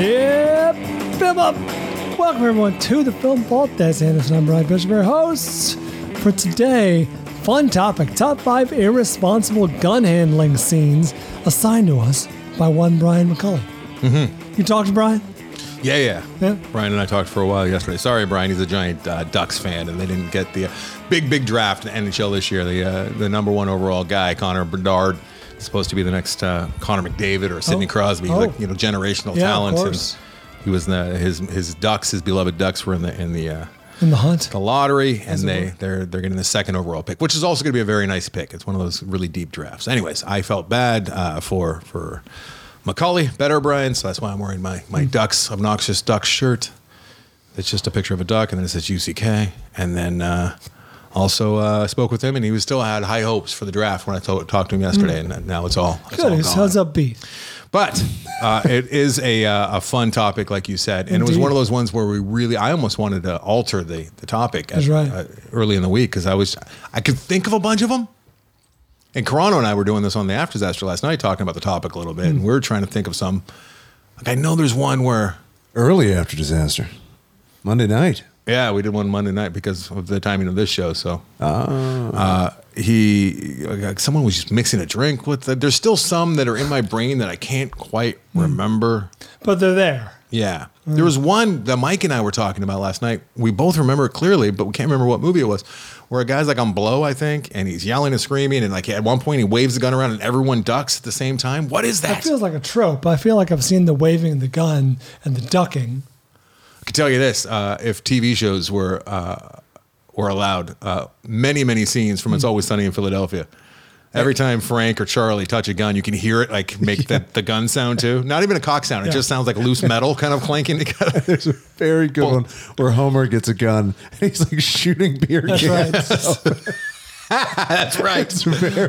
Yep, film up. Welcome everyone to the Film Vault. That's Anderson. I'm Brian Bishop, your host for today. Fun topic: Top five irresponsible gun handling scenes assigned to us by one Brian McCullough. Mm-hmm. You talked to Brian? Yeah, yeah, Yeah. Brian and I talked for a while yesterday. Sorry, Brian. He's a giant uh, Ducks fan, and they didn't get the uh, big, big draft in the NHL this year. The uh, the number one overall guy, Connor Bedard, is supposed to be the next uh, Connor McDavid or Sidney Oh. Crosby. He's Oh. like you know generational Yeah, of talent. and course. he was in the, his his Ducks, his beloved Ducks, were in the in the. Uh, In the hunt. the lottery, and they they're they're getting the second overall pick, which is also going to be a very nice pick. It's one of those really deep drafts. Anyways, I felt bad uh, for for Macaulay, better Brian, so that's why I'm wearing my my Hmm. Ducks obnoxious Ducks shirt. It's just a picture of a duck, and then it says UCK, and then. Uh, also uh, spoke with him, and he was still had high hopes for the draft when I told, talked to him yesterday, and now it's all it's Hmm. Good. all He gone. sounds upbeat. But uh, it is a, uh, a fun topic, like you said, and it was Indeed. one of those ones where we really. I almost wanted to alter the the topic That's right. uh, early in the week because I was I could think of a bunch of them. And Carano and I were doing this on the after disaster last night, talking about the topic a little bit, Hmm. and we were trying to think of some. Like I know there's one where early after disaster, Monday night. yeah, we did one Monday night because of the timing of this show. So Ah. uh, he, like, someone was just mixing a drink with. The, there's still some that are in my brain that I can't quite Hmm. remember. But they're there. Yeah. There was one that Mike and I were talking about last night. We both remember it clearly, but we can't remember what movie it was. Where a guy's like on blow, I think, and he's yelling and screaming, and like at one point he waves the gun around and everyone ducks at the same time. What is That that? feels like a trope. I feel like I've seen the waving of the gun and the ducking. I can tell you this: uh, if TV shows were uh, were allowed, uh, many many scenes from "It's Always Sunny in Philadelphia." Every time Frank or Charlie touch a gun, you can hear it like make the, the gun sound too. Not even a cock sound; it Yeah. just sounds like loose metal kind of clanking together. There's a very good one where Homer gets a gun and he's like shooting beer That's cans. right. That's right.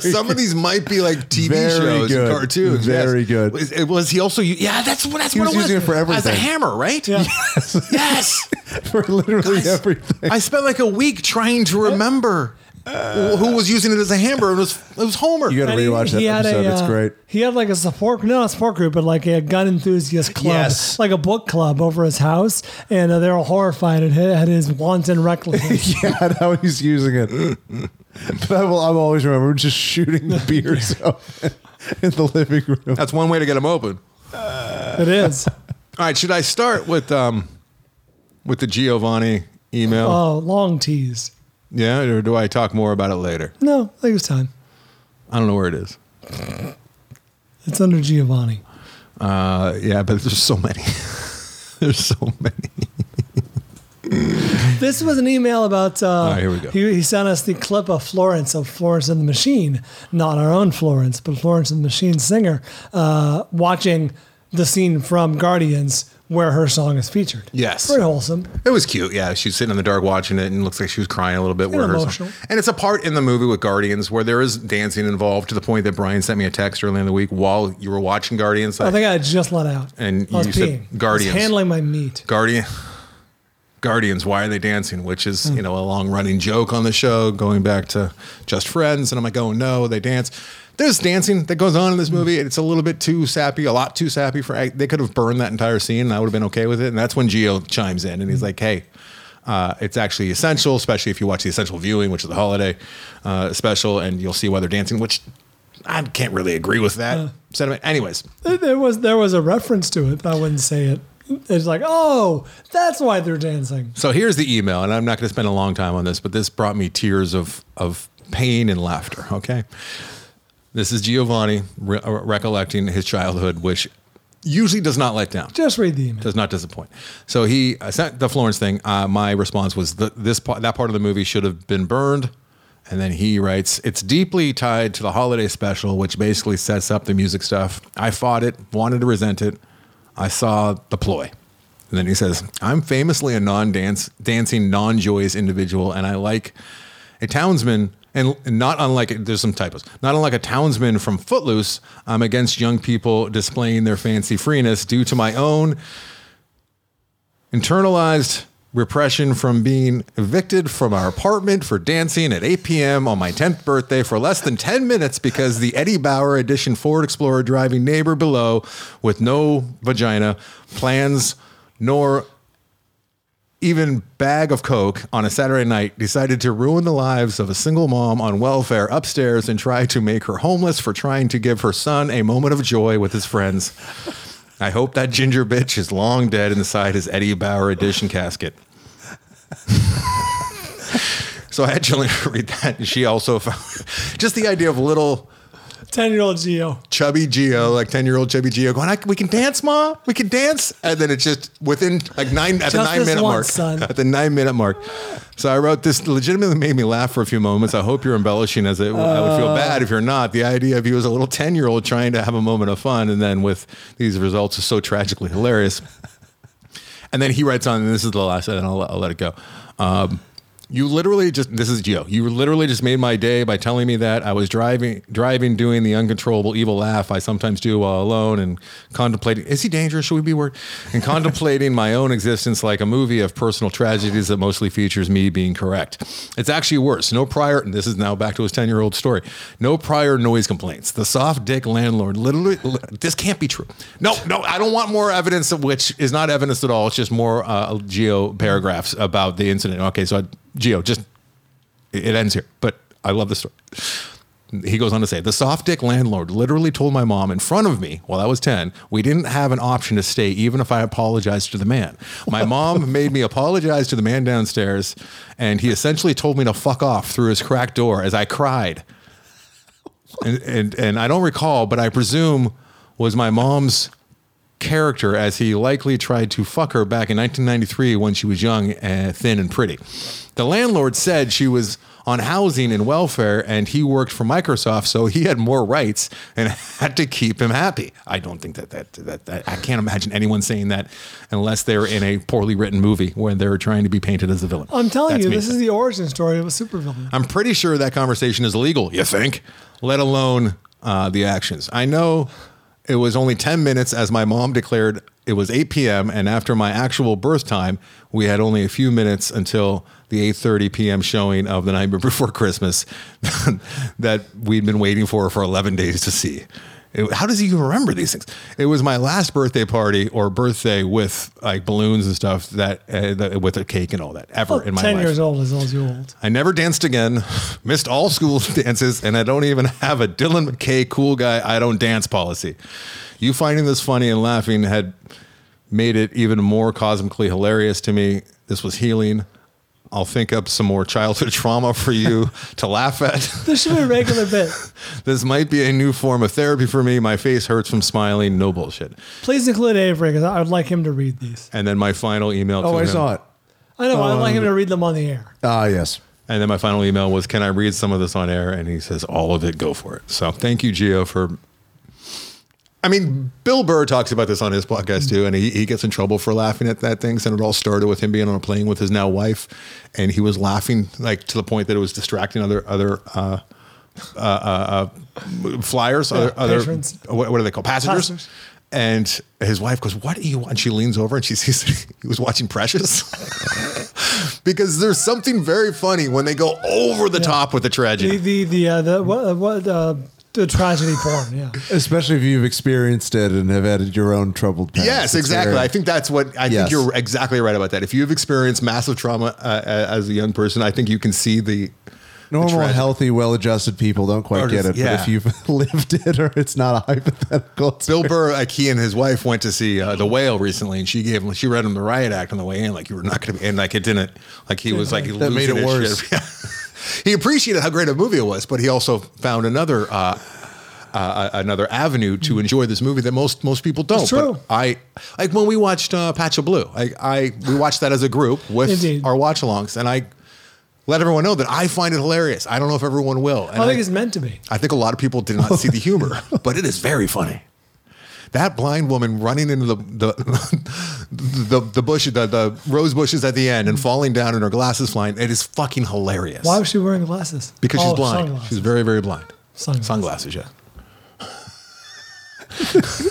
Some of these might be like TV Very shows, and good. cartoons. yes. Very good. Was- It was he also? u- Yeah, that's what. That's He what was it was. using it for As a everything. hammer, right? Yeah. Yes. for literally everything. I spent like a week trying to remember who was using it as a hammer. It was it was Homer. You got to And he- rewatch that he had a, episode. it's uh, great. He had like a support, no, not support group, but like a gun enthusiast club, Yes. like a book club over his house, and uh, they were horrified at his, at his wanton recklessness. Yeah, and how he's using it. but I will. I'll always remember just shooting the beers out in the living room. That's one way to get them open. it is. All right. Should I start with um with the Giovanni email? Oh, long tease. yeah, or do I talk more about it later? No, I think it's time. I don't know where it is. It's under Giovanni. Uh, yeah, but there's so many. there's so many. This was an email about. Uh, right, here we go. He, he sent us the clip of Florence of Florence and the Machine, not our own Florence, but Florence and the Machine singer, uh, watching the scene from Guardians where her song is featured. Yes. very wholesome. It was cute. Yeah, she's sitting in the dark watching it, and it looks like she was crying a little bit. where her- emotional. And it's a part in the movie with Guardians where there is dancing involved to the point that Brian sent me a text earlier in the week while you were watching Guardians. I like, think I had just let out. And I was you said peeing. Guardians. I was handling my meat. Guardian. Guardians, why are they dancing? Which is, you know, a long running joke on the show, going back to Just Friends. And I'm like, oh no, they dance. There's dancing that goes on in this movie. It's a little bit too sappy, a lot too sappy for. They could have burned that entire scene, and I would have been okay with it. And that's when Geo chimes in, and he's like, hey, Uh, it's actually essential, especially if you watch the essential viewing, which is the holiday uh, special, and you'll see why they're dancing, which I can't really agree with that sentiment. Anyways, There was there was a reference to it. But I wouldn't say it. It's like, oh, that's why they're dancing. So here's the email, and I'm not going to spend a long time on this, but this brought me tears of of pain and laughter. Okay, this is Giovanni re- recollecting his childhood, which usually does not let down. Just read the email. Does not disappoint. So he uh, sent the Florence thing. Uh, my response was th- this part, that part of the movie should have been burned. And then he writes, it's deeply tied to the holiday special, which basically sets up the music stuff. I fought it, wanted to resent it. I saw the ploy. And then he says, I'm famously a non dance dancing, non joyous individual, and I like a townsman, and not unlike there's some typos, not unlike a townsman from Footloose, I'm against young people displaying their fancy freeness due to my own internalized repression from being evicted from our apartment for dancing at 8 p.m. on my 10th birthday for less than 10 minutes because the Eddie Bauer edition Ford Explorer driving neighbor below with no vagina plans nor even bag of coke on a Saturday night decided to ruin the lives of a single mom on welfare upstairs and try to make her homeless for trying to give her son a moment of joy with his friends. I hope that ginger bitch is long dead inside his Eddie Bauer edition casket. so I had Jillian read that, and she also found just the idea of little Ten year old Geo. chubby Geo, like 10 year old chubby Geo, going, I, We can dance, Ma. We can dance. And then it just within like nine, at Just the nine this minute once, mark. son. At the nine minute mark. So I wrote this, legitimately made me laugh for a few moments. I hope you're embellishing as it, I would Uh. feel bad if you're not. The idea of you as a little 10 year old trying to have a moment of fun and then with these results is so tragically hilarious. And then he writes on, and this is the last, and I'll, I'll let it go. Um, you literally just this is Gio. You literally just made my day by telling me that I was driving, driving, doing the uncontrollable evil laugh I sometimes do while alone and contemplating. Is he dangerous? Should we be worried? And contemplating my own existence like a movie of personal tragedies that mostly features me being correct. It's actually worse. No prior, and this is now back to his ten-year-old story. No prior noise complaints. The soft dick landlord literally. li- This can't be true. No, no, I don't want more evidence of which is not evidence at all. It's just more uh, geo paragraphs about the incident. Okay, so I, geo just it it ends here. But I love the story. He goes on to say, the soft dick landlord literally told my mom in front of me while I was 10, we didn't have an option to stay, even if I apologized to the man. My mom made me apologize to the man downstairs, and he essentially told me to fuck off through his cracked door as I cried. And, and, and I don't recall, but I presume was my mom's character as he likely tried to fuck her back in 1993 when she was young, uh, thin, and pretty. The landlord said she was on housing and welfare and he worked for Microsoft, so he had more rights and had to keep him happy. I don't think that that, that, that I can't imagine anyone saying that unless they're in a poorly written movie where they're trying to be painted as a villain. I'm telling That's you, me. this is the origin story of a supervillain. I'm pretty sure that conversation is illegal, you think, let alone uh, the actions. I know it was only 10 minutes as my mom declared it was 8 p.m. And after my actual birth time, we had only a few minutes until the 8.30 p.m. showing of The Night Before Christmas that we'd been waiting for for 11 days to see. It- how does he even remember these things? It was my last birthday party or birthday with like balloons and stuff that, uh, that with a cake and all that ever in my Ten life. years old is all you old. I never danced again, missed all school dances, and I don't even have a Dylan McKay cool guy I don't dance policy. You finding this funny and laughing had made it even more cosmically hilarious to me. This was healing. I'll think up some more childhood trauma for you to laugh at. This should be a regular bit. This might be a new form of therapy for me. My face hurts from smiling. No bullshit. Please include Avery because I would like him to read these. And then my final email. Oh, to I him- saw it. I know. I'd like him Um, to read them on the air. Ah, yes. And then my final email was, "Can I read some of this on air?" And he says, "All of it. Go for it." So thank you, Gio, for. I mean, Bill Burr talks about this on his podcast too, and he, he gets in trouble for laughing at that things. And it all started with him being on a plane with his now wife, and he was laughing like to the point that it was distracting other other uh, uh, uh, uh, flyers, other, other patrons. what, what are they called passengers. Passengers. And his wife goes, "What are you?" And she leans over and she sees he was watching Precious because there's something very funny when they go over the top with the The tragedy. the the, uh, the what, uh, what uh, the tragedy porn. Yeah. Especially if you've experienced it and have had your own troubled past. Yes, It's exactly. very- I think that's what I Yes. think you're exactly right about that. If you've experienced massive trauma uh, as a young person, I think you can see the normal, tragic- healthy, well-adjusted people don't quite Or get it. just- yeah. But if you've lived it, or it's not a hypothetical. it's Bill Burr, like he and his wife went to see uh, The Whale recently, and she gave him, she read him the riot act on the way in, like you were not going to, and like it didn't, like he was like That made losing it his worse. shit. Yeah. he appreciated how great a movie it was, but he also found another uh, uh, another avenue to enjoy this movie that most most people don't. It's true. But I like when we watched uh, Patch of Blue. I, I we watched that as a group with Indeed. our watch-alongs, and I let everyone know that I find it hilarious. I don't know if everyone will. And I think it's meant to be. I think a lot of people did not see the humor, but it is very funny. That blind woman running into the the the, the bush the, the rose bushes at the end and falling down and her glasses flying. It is fucking hilarious. Why was she wearing glasses? Because Oh, she's blind. sunglasses. She's very very blind. Sunglasses. Sunglasses, yeah.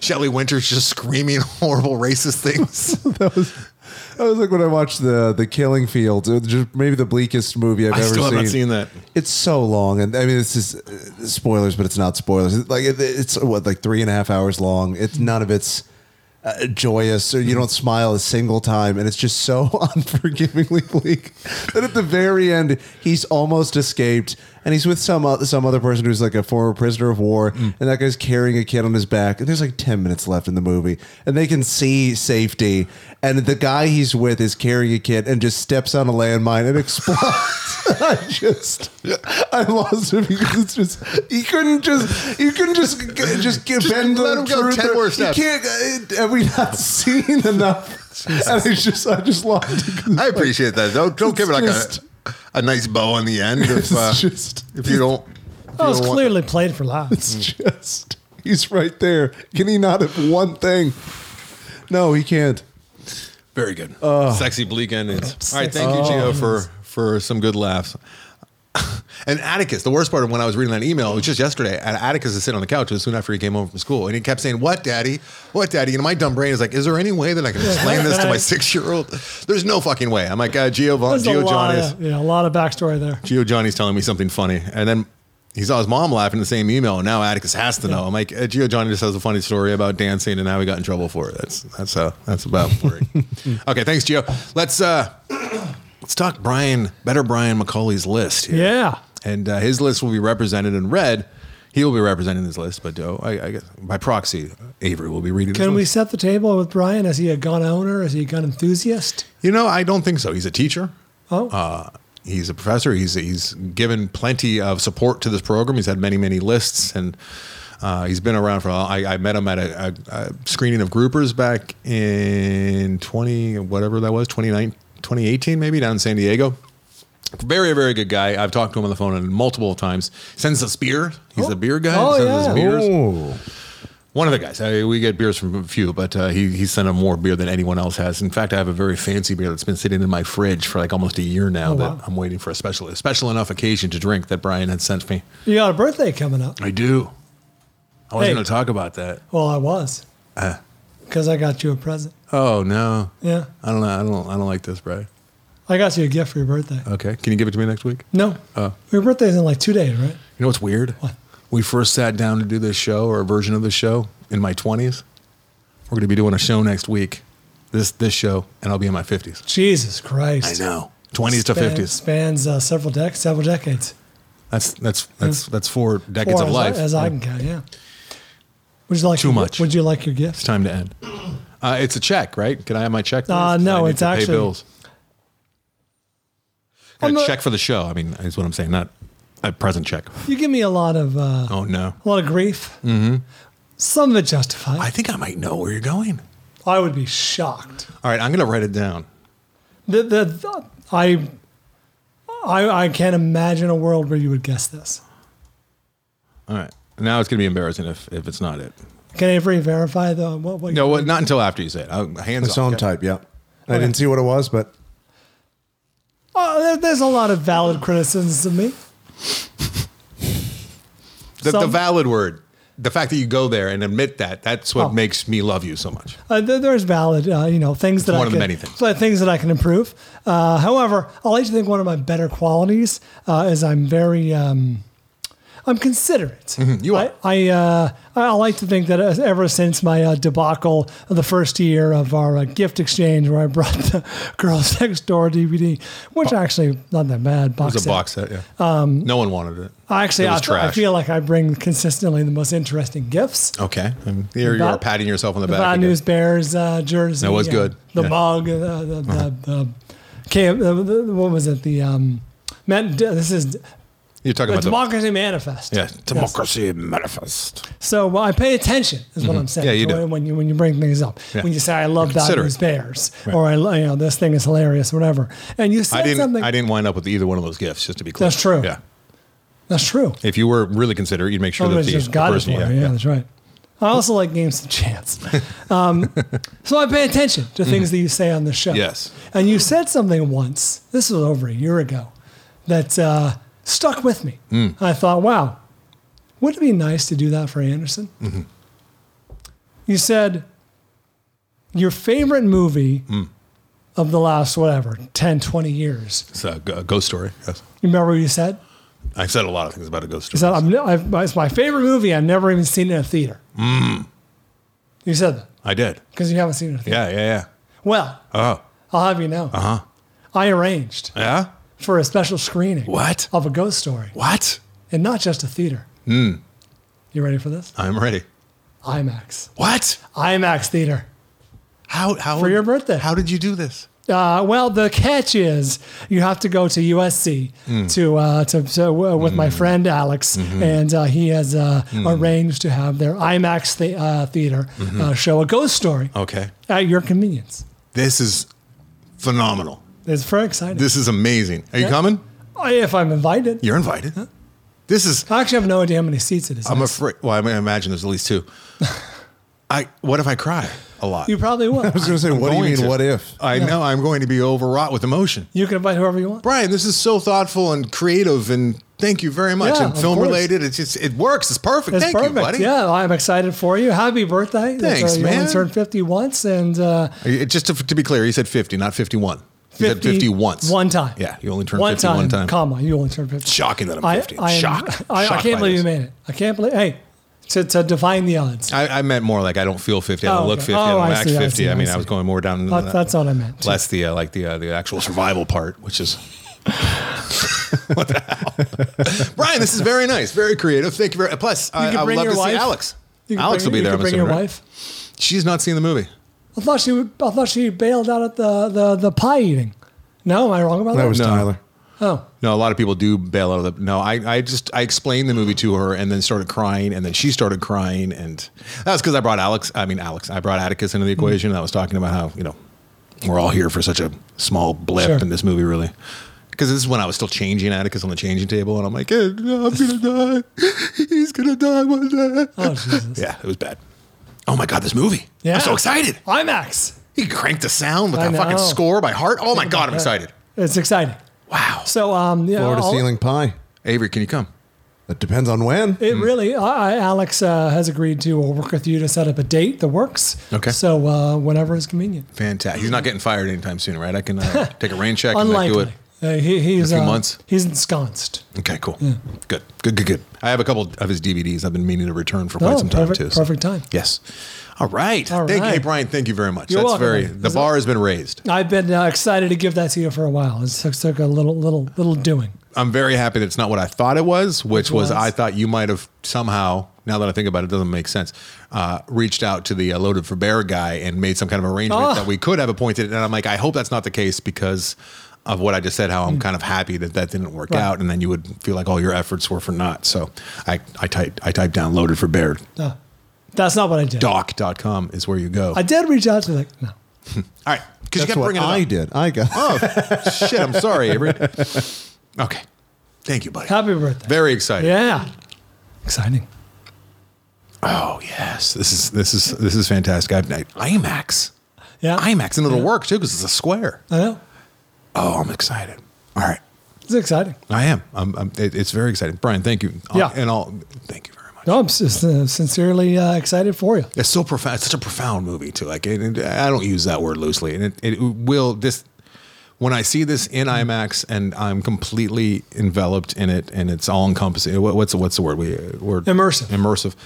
Shelley Winters just screaming horrible racist things. I was like when I watched the the Killing Fields, it was just maybe the bleakest movie I've I ever still have seen. not seen that. It's so long, and I mean, it's just uh, spoilers, but it's not spoilers. It's Like it, it's what like three and a half hours long. It's none of it's uh, joyous, or you don't smile a single time, and it's just so unforgivingly bleak that at the very end, he's almost escaped, and he's with some o- some other person who's like a former prisoner of war, Mm. and that guy's carrying a kid on his back, and there's like ten minutes left in the movie, and they can see safety, and the guy he's with is carrying a kid and just steps on a landmine and explodes. I just, I lost it because it's just you couldn't just you couldn't just just, get bend let the him go truth 10 or- more you steps. can't- uh, have we not seen enough? And it's just I just lost. it. I appreciate that. Don't don't give it like It's a, a nice bow on the end if It's uh, just- if you don't. if That you was don't want- Oh, clearly played for laughs. It's just he's right there. Can he not have one thing? No, he can't. Very good. Sexy bleak endings. All right, Sexy thank you, bleak Gio, endings. for for some good laughs. and Atticus, the worst part of when I was reading that email, it was just yesterday. and Atticus is sitting on the couch as soon after he came home from school, and he kept saying, "What, Daddy? What, Daddy?" And my dumb brain is like, "Is there any way that I can explain this to my six year old?" There's no fucking way. I'm like, uh, Gio, Von, There's a Gio lot, Johnny's, of, yeah, a lot of backstory there. Gio Johnny's telling me something funny, and then. He saw his mom laughing in the same email, and now Atticus has to know. I'm like, uh, Gio Johnny just has a funny story about dancing and how he got in trouble for it. That's that's uh, that's about where he- okay, thanks, Gio. Let's uh, let's talk Brian, better Brian McCauley's list here, Yeah. and uh, his list will be represented in red. He will be representing his list, but uh, I, I guess by proxy, Avery will be reading. his Can we list. set the table with Brian? Is he a gun owner? Is he a gun enthusiast? You know, I don't think so. He's a teacher. Oh, Uh, he's a professor. He's he's given plenty of support to this program. He's had many many lists, and uh, he's been around for. A while. I, I met him at a, a, a screening of Groupers back in twenty whatever that was 29 2018 maybe down in San Diego. Very very good guy. I've talked to him on the phone multiple times. Sends us beer. He's a beer guy. Oh, Sends us yeah. beers. Oh, One of the guys. I, we get beers from a few, but uh, he he sent him more beer than anyone else has. In fact, I have a very fancy beer that's been sitting in my fridge for like almost a year now that I'm waiting for a special a special enough occasion to drink that Brian had sent me. you got a birthday coming up. I do. I wasn't Hey. going to talk about that. Well, I was. Uh. Because I got you a present. Oh no. Yeah. I don't know. I don't. I don't like this, Brian. I got you a gift for your birthday. Okay. Can you give it to me next week? No. Uh. Your birthday's in like two days, right? You know what's weird? We first sat down to do this show or a version of the show in my 20s. We're going to be doing a show next week. This this show, and I'll be in my 50s. Jesus Christ. know. 20s to Span- 50s. Spans uh, several, dec- several decades. That's that's that's that's four decades Or of as life. I, as I can count, yeah. Would you like Too your- much. Would you like your it's gift? time to end. Uh, it's a check, right? Can I have my check? please? Uh, 'Cause no, I need it's to pay actually- bills. I'm A not- check for the show. I mean, is what I'm saying. Not a present check. You give me a lot of uh, Oh no, a lot of grief. Mm-hmm. Some of it justified. I I, think I might know where you're going. would be shocked. All right, I'm gonna write it down. The, the, the- I, I I can't imagine a world where you would guess this. All right. Now it's gonna be embarrassing if, if it's not it. Can Avery verify though? What, what, No, what, not until after you say it. I'll, hands the off. song type. Yeah, I didn't see what it was, but Oh, there, there's a lot of valid criticisms of me. The, the Some- valid word. The fact that you go there and admit that, that's what Oh. makes me love you so much. Uh, there, there's valid, uh, you know, things that one I of the can, many things. but things that I can improve. Uh, however, I like to think one of my better qualities uh, is I'm very, um, I'm considerate. you are. I I, uh, I like to think that uh, ever since my uh, debacle of the first year of our uh, gift exchange, where I brought the Girls Next Door DVD, which actually not that bad box It was a set. box set, yeah. Um, no one wanted it. I actually It was I, I trash. feel like I bring consistently the most interesting gifts. Okay. And here you are Bat- patting yourself on the The back. Bad again. News Bears uh, jersey. That was uh, good. The Yeah. Uh-huh. mug. uh, The, the, the, the, cam- the, the, what was it? The um, man, this is You're talking the about the. Democracy Manifest. Yeah, democracy manifest. So well, I pay attention, is what I'm saying. Mm-hmm. Yeah, you So do. When you when you bring things up, Yeah. when you say I love You're Bad considerate. News Bears, or I lo- you know this thing is hilarious, whatever, and you said I didn't. something I didn't wind up with either one of those gifts. Just to be clear, That's true. Yeah, that's true. if you were really considerate, you'd make sure that Somebody's the, just the got it for person. you. Yeah, that's right. I also like games to chance, um, so I pay attention to things that you say on the show. Mm. Yes. and you said something once. This was over a year ago, that uh, stuck with me. Mm. I thought, wow, would it be nice to do that for Anderson? Mm-hmm. You said your favorite movie Mm. of the last, whatever, 10, 20 years. It's a, g- a ghost story. Yes, You remember what you said? I've said a lot of things about a ghost story. You said, I'm, ne- I've, it's my favorite movie. I've never even seen it in a theater. Mm. You said that I did. because you haven't seen it in a theater. Yeah, yeah, yeah. Well, Oh, I'll have you know. Uh-huh. I arranged yeah. for a special screening What? of a ghost story What? and not just a theater. Mm. You ready for this? I'm ready. IMAX. What? IMAX theater. How? How? For your birthday. How did you do this? Uh, well, the catch is you have to go to USC Mm. to uh, to, to uh, with my friend Alex, Mm-hmm. and uh, he has uh, Mm. arranged to have their IMAX the, uh, theater Mm-hmm. uh, show a ghost story Okay, at your convenience. this is phenomenal. It's very exciting. This is amazing. Are you coming? I- if I'm invited, You're invited. This is. I actually have no idea how many seats it is. I'm afraid. Well, I, mean, I imagine there's at least two. I. What if I cry a lot? you probably will. I was going to say, what do you going mean? to. What if? I know I'm going to be overwrought with emotion. you can invite whoever you want. Brian, this is so thoughtful and creative, and thank you very much. Yeah, and of film course. related, it's just it works. It's perfect. It's thank perfect. you, buddy. Yeah, I'm excited for you. Happy birthday! That's, Thanks, uh, you man. only turned 50 once, and uh, It- just to, to be clear, he said 50, not 51. He said 50 once. One time. Yeah, you only turned one 50 time, one time. Comma. You only turned 50. Shocking that I'm 50. am- Shocked. I, I Shocked can't by believe this. you made it. I can't believe. Hey, to, to define the odds. I, I meant more like I don't feel 50. I don't Oh, look okay. 50. Oh, I don't I act see, I 50. I, see, I mean, I, see. was going more down. into That- that. that's what I meant. Less the uh, like the uh, the actual survival part, which is what the hell, Brian. This is very nice, very creative. Thank you very. Plus, I, can I would bring love your to see wife. Alex. You can Alex bring, will be you there. can I'm bring assuming. your right? wife. She's not seen the movie. I thought she. would- I thought she bailed out at the the, the pie eating. No, am I wrong about that? That was No. Tyler. oh, No, a lot of people do bail out of the. No, I, I just I explained the movie to her and then started crying and then she started crying and that was because I brought Alex. I mean Alex. I brought Atticus Mm-hmm. into the equation. And I was talking about how you know we're all here for such a small blip Sure. in this movie, really. Because this is when I was still changing Atticus on the changing table and I'm like, "Eh, I'm gonna die. He's gonna die one day. oh Jesus! Yeah, it was bad. Oh my god, this movie! Yeah. I'm so excited. IMAX. He cranked the sound with I that fucking know. score by heart. Oh my god, I'm excited. It's exciting. Wow. So um, yeah, Florida I'll- ceiling pie. Avery, can you come? It depends on when. It Hmm. really, I, I- Alex uh, has agreed to work with you to set up a date that works. Okay. So uh, whenever is convenient. Fantastic. He's not getting fired anytime soon, right? I can uh, take a rain check and like, do Mm-hmm. it. Unlikely. Uh, he, he's In a few uh, months? He's ensconced. Okay, cool. Good, good, good, good. I have a couple of his DVDs I've been meaning to return for quite Oh, some time perfect- too. so- perfect time. Yes. All right. All thank you, hey, right. Brian. Thank you very much. You're That's welcome, very. man. The Is bar has been raised. I've been uh, excited to give that to you for a while. It took, took a little, little, little doing. I'm very happy that it's not what I thought it was, which was? was, I thought you might have somehow. Now that I think about it, it doesn't make sense. Uh, reached out to the uh, loaded for bear guy and made some kind of arrangement Oh. that we could have appointed. And I'm like, I hope that's not the case because of what I just said. How I'm kind of happy that that didn't work Right. out, and then you would feel like all your efforts were for naught. So I I typed I typed down loaded for bear That's not what I did. doc.com is where you go. I did reach out to like no. all right, because you That's kept what bringing it I up. did. I got. Oh shit! I'm sorry, Avery. Okay, thank you, buddy. Happy birthday. Very excited. yeah. Exciting. Oh yes, this is this is this is fantastic. I've I- IMAX, Yeah. IMAX, and it'll work too because it's a square. I know. Oh, I'm excited. All right, It's exciting. I am. I'm. I'm it, it's very exciting, Brian. Thank you. I'll- Yeah. and I'll thank you very much. No, I'm s- uh, sincerely uh, excited for you. It's so profound. It's such a profound movie too. Like, it, it- I don't use that word loosely, and it, it will this. when I see this in IMAX and I'm completely enveloped in it and it's all encompassing. What, what's what's the word? We we're Immersive. Immersive.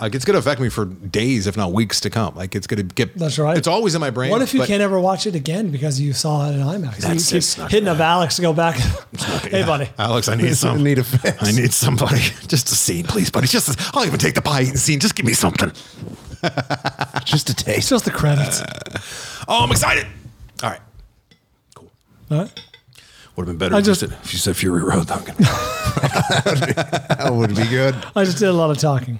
Like it's going to affect me for days, if not weeks, to come. Like it's going to get. That's right. It's always in my brain. What if you but- can't ever watch it again because you saw it in IMAX? That's- you it's keep not hitting gonna up Alex to go back. hey, Yeah. buddy. Alex, I need some. I need a fix. I need somebody. Just a scene, please, buddy. Just i I'll even take the pie eating scene. Just give me something. Just a It's taste. just the credits. Oh, I'm excited. All right. Cool. Huh? Would have been better I if, you just- said, if you said Fury Road, Duncan. That would be good. I just did a lot of talking.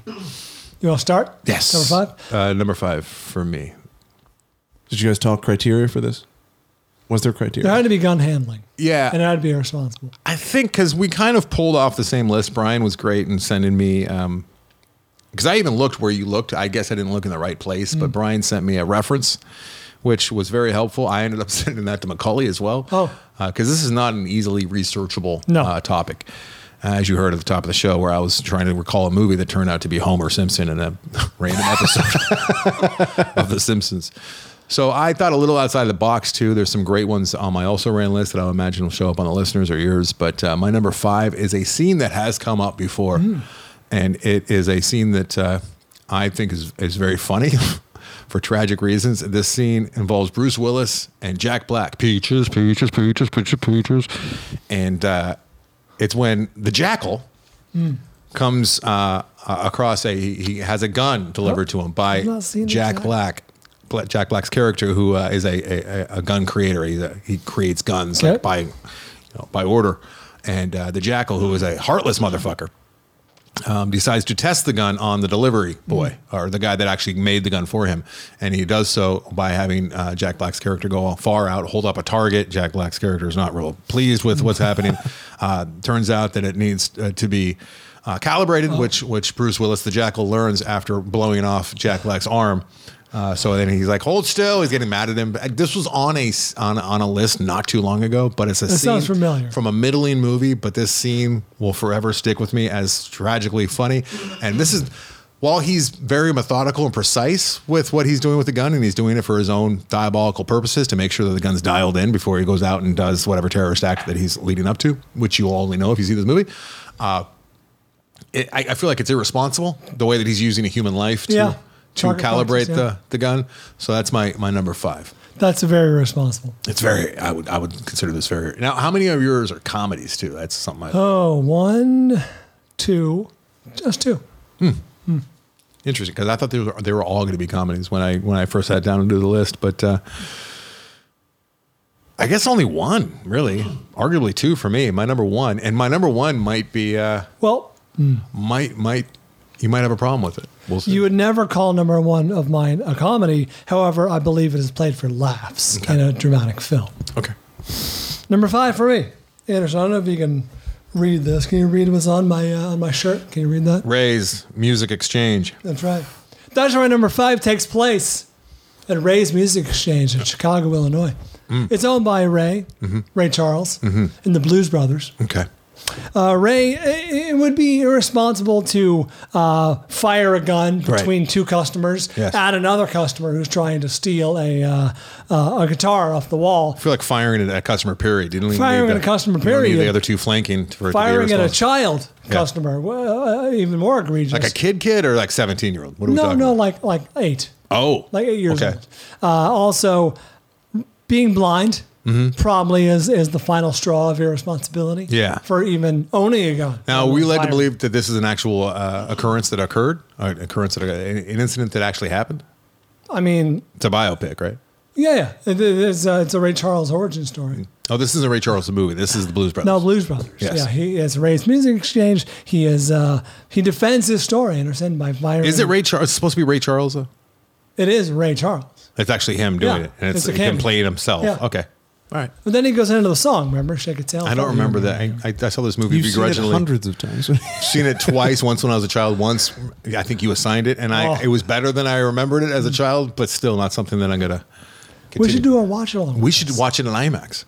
You want to start? yes. Number five? Uh, number five for me. Did you guys talk criteria for this? Was there criteria? There had to be gun handling. Yeah. And I'd be irresponsible. I think because we kind of pulled off the same list. Brian was great in sending me um because I even looked where you looked. I guess I didn't look in the right place, Mm. but Brian sent me a reference, which was very helpful. I ended up sending that to Macaulay as well. Oh. because this is not an easily researchable No. uh, topic. As you heard at the top of the show, where I was trying to recall a movie that turned out to be Homer Simpson in a random episode of The Simpsons. So I thought a little outside the box too. There's some great ones on my also ran list that I imagine will show up on the listeners or yours. But uh, my number five is a scene that has come up before, Hmm. and it is a scene that uh, I think is is very funny for tragic reasons. This scene involves Bruce Willis and Jack Black. Peaches, peaches, peaches, peaches, peaches, and uh, it's when the jackal Hmm. comes uh, a- across a he he has a gun delivered to him by Oh, I've not seen the Jack Jack. Black. Bla- Jack Black's character, who uh, is a, a, a gun creator, He's a, he creates guns Okay. like, by you know, by order, and uh, the jackal, who is a heartless motherfucker, um, decides to test the gun on the delivery Mm. boy or the guy that actually made the gun for him. And he does so by having uh, Jack Black's character go far out, hold up a target. Jack Black's character is not real pleased with what's happening. Uh, turns out that it needs uh, to be. Uh, calibrated, which which Bruce Willis the Jackal learns after blowing off Jack Black's arm, uh, so then he's like, "Hold still." He's getting mad at him. This was on a s- on on a list not too long ago, but it's a That sounds scene familiar. from a middling movie, but this scene will forever stick with me as tragically funny. And this is while he's very methodical and precise with what he's doing with the gun, and he's doing it for his own diabolical purposes to make sure that the gun's dialed in before he goes out and does whatever terrorist act that he's leading up to, which you'll only know if you see this movie. Uh, it, I, I feel like it's irresponsible the way that he's using a human life to Yeah. to Target calibrate practice, yeah. the the gun. So that's my my number five. That's very irresponsible. It's very. I would. I would consider this very. Now, how many of yours are comedies too? That's something. I, Oh, one, two, just two. Interesting, because I thought they were they were all going to be comedies when I when I first sat down and do the list, but uh, I guess only one really, arguably two for me. My number one, and my number one might be uh, Well, might might you might have a problem with it. We'll see. you would never call number one of mine a comedy. However, I believe it is played for laughs in a dramatic film. okay. Number five for me, Anderson. I don't know if you can read this. Can you read what's on my uh, on my shirt? Can you read that? Raise music exchange. That's right. That's where number five takes place at Ray's Music Exchange in Chicago, Illinois. Mm. It's owned by Ray, Mm-hmm. Ray Charles, and the Blues Brothers. Okay. Uh, Ray, i- it would be irresponsible to uh, fire a gun Right. between two customers Yes. at another customer who's trying to steal a uh, uh, a guitar off the wall. I feel like firing at a customer. Period. You don't even Firing need at the- a customer, you don't need period. the other two flanking for it to be Firing at a irresponsible. child customer, well, uh, even more egregious. like a kid, kid, or like seventeen year old. What are we no, talking no, about? like like eight. oh, like eight years Okay. old. Uh, also, being blind Mm-hmm. probably is is the final straw of irresponsibility. Yeah. for even owning a gun. Now we led to Fire. believe that this is an actual uh, occurrence that occurred, or an occurrence that an an incident that actually happened. I mean, It's a biopic, right? yeah, yeah. It- it- it's, a, it's a Ray Charles origin story. Oh, this isn't a Ray Charles movie. This is the Blues Brothers. No, Blues Brothers. Yes. Yeah, he is Ray's Music Exchange. He is uh, he defends his story, Anderson, by firing. is it Ray Charles? It's supposed to be Ray Charles. Though? It is Ray Charles. It's actually him doing Yeah, it, and it's, it's a he can cameo. play it himself. Yeah. Okay, all right. But then he goes into the song. Remember, shake it tail. I don't remember that. I, I, I saw this movie You've seen it begrudgingly. hundreds of times. seen it twice. Once when I was a child. Once I think you assigned it, and I Oh. it was better than I remembered it as a child, but still not something that I'm gonna. Continue. We should do a watch along. We should watch it in IMAX.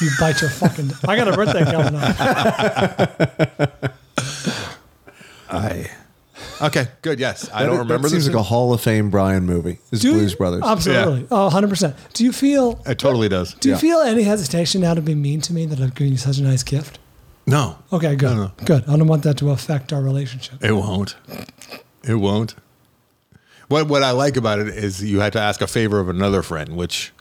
You bite your fucking. I got a birthday coming up. I Okay, good. Yes, I don't that remember. seems this like a Hall of Fame Brian movie. Is Do you- Blues Brothers? Absolutely. Oh, 100%. Do you feel it totally does. do you Yeah. feel any hesitation now to be mean to me that I've given you such a nice gift? No, Okay, good. no. Good. I don't want that to affect our relationship. it won't. It won't. What What I like about it is you had to ask a favor of another friend, which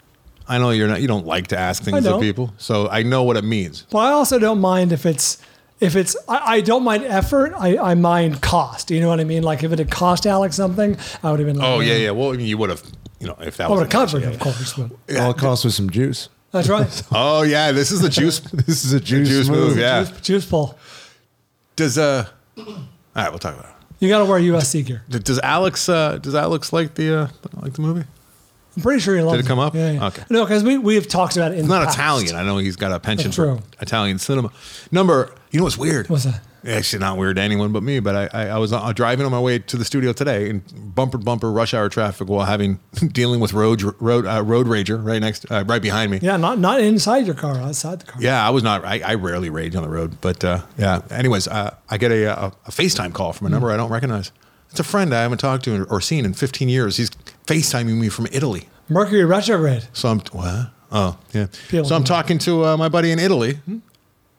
I know you're not. You don't like to ask things of don't. people, so I know what it means. But I also don't mind if it's if it's I, I don't mind effort, I, I mind cost. You know what I mean? Like if it had cost Alex something, I would have been like, Oh yeah, yeah. Well, I mean, you would have, you know, if that I was would have an option, covered it, yeah, of course. But All it costs was some juice. that's right. yeah. Oh yeah, this is the juice. This is a juice, juice move, yeah. Juice, juice pull. Does uh, all right, we'll talk about You got to wear USC gear. it. Does Alex uh, does Alex like the uh, like the movie? I'm pretty sure he loves it come up? Yeah, yeah. Okay. No, because we, we have talked about it in He's the not past. Italian. I know he's got a That's penchant true. for Italian cinema. Number, you know what's weird? What's that? Actually, not weird to anyone but me. But I, I, I was uh, driving on my way to the studio today in bumper to bumper rush hour traffic while having dealing with road road uh, road rager right next uh, right behind me. Yeah, not not inside your car, outside the car. Yeah, I was not. I, I rarely rage on the road, but uh, yeah. Anyways, uh, I get a, a a FaceTime call from a Mm. number I don't recognize. It's a friend I haven't talked to or seen in 15 years. He's FaceTiming me from Italy. Mercury retrograde. So I'm what? Oh yeah. Feeling so I'm it. talking to uh, my buddy in Italy,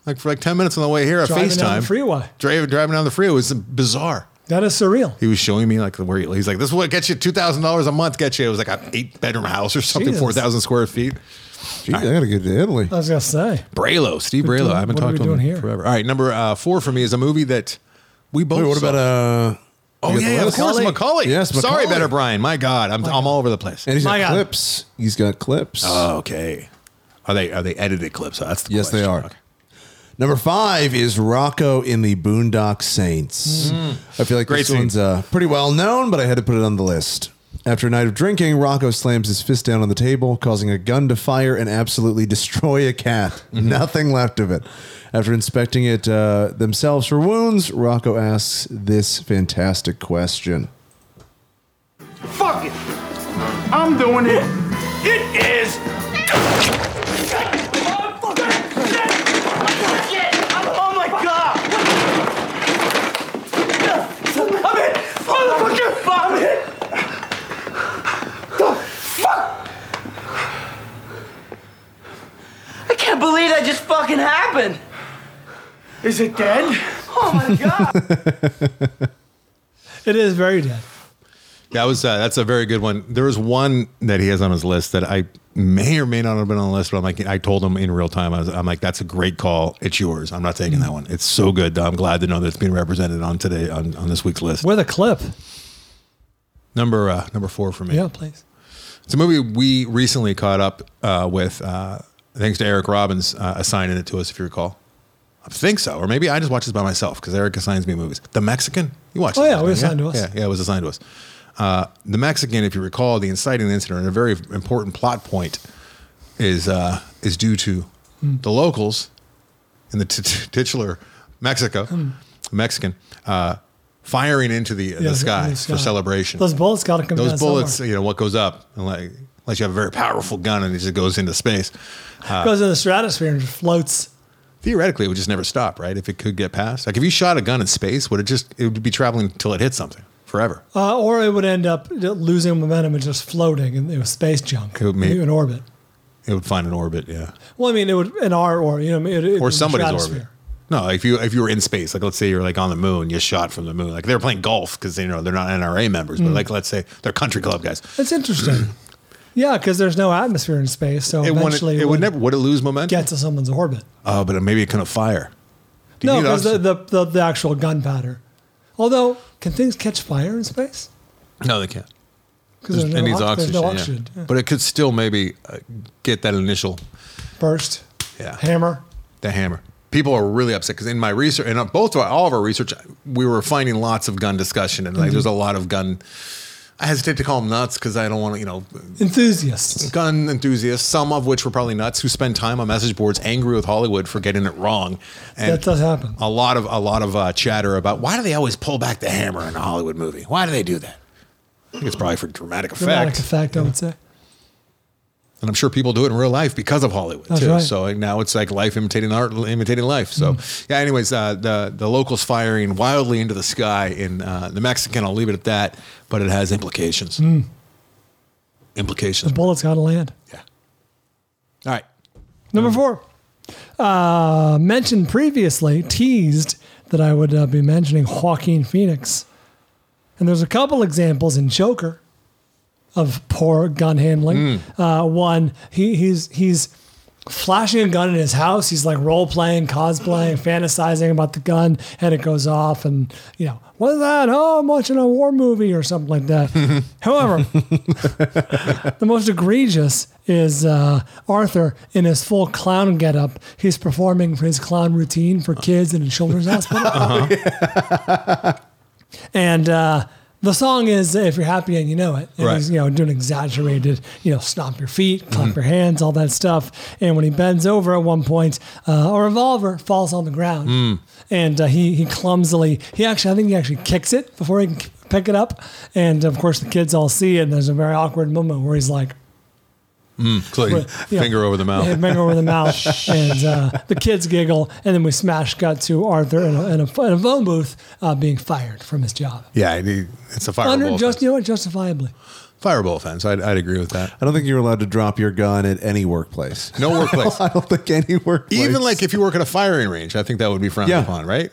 like for like ten minutes on the way here. I Hmm? Driving FaceTime. down the freeway. Dri- driving down the freeway it was bizarre. That is surreal. He was showing me like where he, he's like, "This is what gets you two thousand dollars a month. Gets you." It was like an eight bedroom house or something, Jesus. four thousand square feet. Gee, I gotta get to Italy. I was gonna say. Braylo, Steve We're Braylo. doing- I haven't what are talked we to him doing here? forever. All right, number uh, four for me is a movie that we both. Wait, what saw. about uh? Oh you got the yeah, yeah, of list? course, Macaulay. Yes, Sorry, Macaulay. better Brian. My God, I'm I'm all over the place. And he's My got God. clips. He's got clips. Uh, Okay, are they are they edited clips? That's the yes, they question. are. Number five is Rocco in the Boondock Saints. I feel Mm-hmm. like Great this scene. one's uh, pretty well known, but I had to put it on the list. After a night of drinking, Rocco slams his fist down on the table, causing a gun to fire and absolutely destroy a cat. Mm-hmm. Nothing left of it. After inspecting it uh, themselves for wounds, Rocco asks this fantastic question. Fuck it. I'm doing it. It is. Oh my god! I'm in! Motherfucker! I'm in! The fuck! I can't believe that just fucking happened! Is it dead? Oh my god! It is very dead. That was uh, that's a very good one. There was one that he has on his list that I may or may not have been on the list, but I'm like I told him in real time. I was, I'm like, that's a great call. It's yours. I'm not taking that one. It's so good. though. I'm glad to know that it's being represented on today on, on this week's list. With a clip. Number uh, number four for me. Yeah, please. It's a movie we recently caught up uh, with, uh, thanks to Eric Robbins uh, assigning it to us. If you recall, I think so, or maybe I just watched this by myself because Eric assigns me movies. The Mexican, you watched? Oh, it, yeah, it was yeah? assigned to us. Yeah, yeah, it was assigned to us. Uh, the Mexican, if you recall, the inciting incident and a very important plot point is uh, is due to Hmm. the locals in the t- t- titular Mexico, Hmm. Mexican, uh, firing into the, Yeah, the, sky the for celebration Those bullets gotta come those down bullets, somewhere. you know, what goes up, and like, unless you have a very powerful gun and it just goes into space. uh, goes in the stratosphere and just floats. Theoretically, it would just never stop, right? If it could get past, like if you shot a gun in space, would it just it would be traveling until it hit something forever? Uh, or it would end up losing momentum and just floating and it was space junk It would mean- in orbit. It would find an orbit, yeah, Well, I mean, it would in our orbit, you know, it, it, or the somebody's orbit. stratosphere. No, if you if you were in space, like let's say you're like on the moon, you shot from the moon, like they're playing golf because you know they're not NRA members, Hmm. but like let's say they're country club guys. That's interesting. yeah, because there's no atmosphere in space, so It, wouldn't- eventually it would never would it lose momentum? get to someone's orbit. Oh, but maybe it couldn't fire. Do you no, need because the, oxygen? the, the, the actual gunpowder. Although, can things catch fire in space? no, they can't. Because There's- it needs oxygen, There's no yeah. oxygen. Yeah. But it could still maybe uh, get that initial Burst, yeah hammer. the hammer. People are really upset because in my research and on both of our, all of our research, we were finding lots of gun discussion and like Mm-hmm. there's a lot of gun. I hesitate to call them nuts because I don't want to, you know, Enthusiasts. gun enthusiasts. Some of which were probably nuts who spend time on message boards angry with Hollywood for getting it wrong. And That does happen. A lot of a lot of uh, chatter about why do they always pull back the hammer in a Hollywood movie? Why do they do that? I think it's probably for dramatic effect. Dramatic effect, I would say. And I'm sure people do it in real life because of Hollywood That's too. right. So like, now it's like life imitating art, imitating life. So Mm-hmm. yeah. Anyways, uh, the the locals firing wildly into the sky in uh, the Mexican. I'll leave it at that. But it has implications. Mm. Implications. The bullet's got to land. yeah. All right. Number four. Uh, mentioned previously, teased that I would uh, be mentioning Joaquin Phoenix. And there's a couple examples in Joker of poor gun handling. Uh, one, he, he's he's flashing a gun in his house. He's like role playing, cosplaying, fantasizing about the gun, and it goes off. And you know, what is that? Oh, I'm watching a war movie or something like that. However, the most egregious is uh, Arthur in his full clown getup. He's performing his clown routine for kids in a children's hospital. And uh, the song is "If You're Happy and You Know It." And Right. he's you know doing exaggerated, you know, stomp your feet, clap your hands, all that stuff. And when he bends over at one point, uh, a revolver falls on the ground, and uh, he he clumsily he actually I think he actually kicks it before he can k- pick it up. And of course the kids all see it. And there's a very awkward moment where he's like. Click. Yeah. Finger over the mouth. Yeah, finger over the mouth, and uh, the kids giggle, and then we smash cut to Arthur in a, in a, in a phone booth uh, being fired from his job. Yeah, it- it's a fireable Under, just offense. you know what, justifiably. fireable offense. I'd, I'd agree with that. I don't think you're allowed to drop your gun at any workplace. No workplace. I don't think any workplace. Even like if you work at a firing range, I think that would be frowned Yeah. upon, right?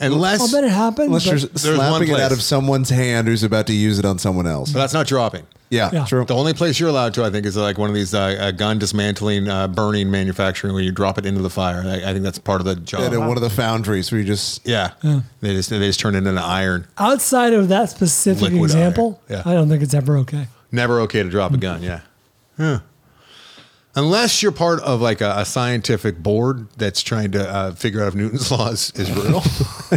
Unless I'll bet it happened. unless but- you're one slapping it place. out of someone's hand who's about to use it on someone else. but that's not dropping. Yeah, Yeah. true. The only place you're allowed to, I think, is like one of these uh, uh, gun dismantling, uh, burning manufacturing where you drop it into the fire. I, I think that's part of the job. And at one of the foundries where you just yeah. they just they just turn it into iron. outside of that specific Liquid example, iron, yeah. I don't think it's ever okay. Never okay to drop a gun. Yeah. Huh. Unless you're part of like a, a scientific board that's trying to uh, figure out if Newton's law is, is real.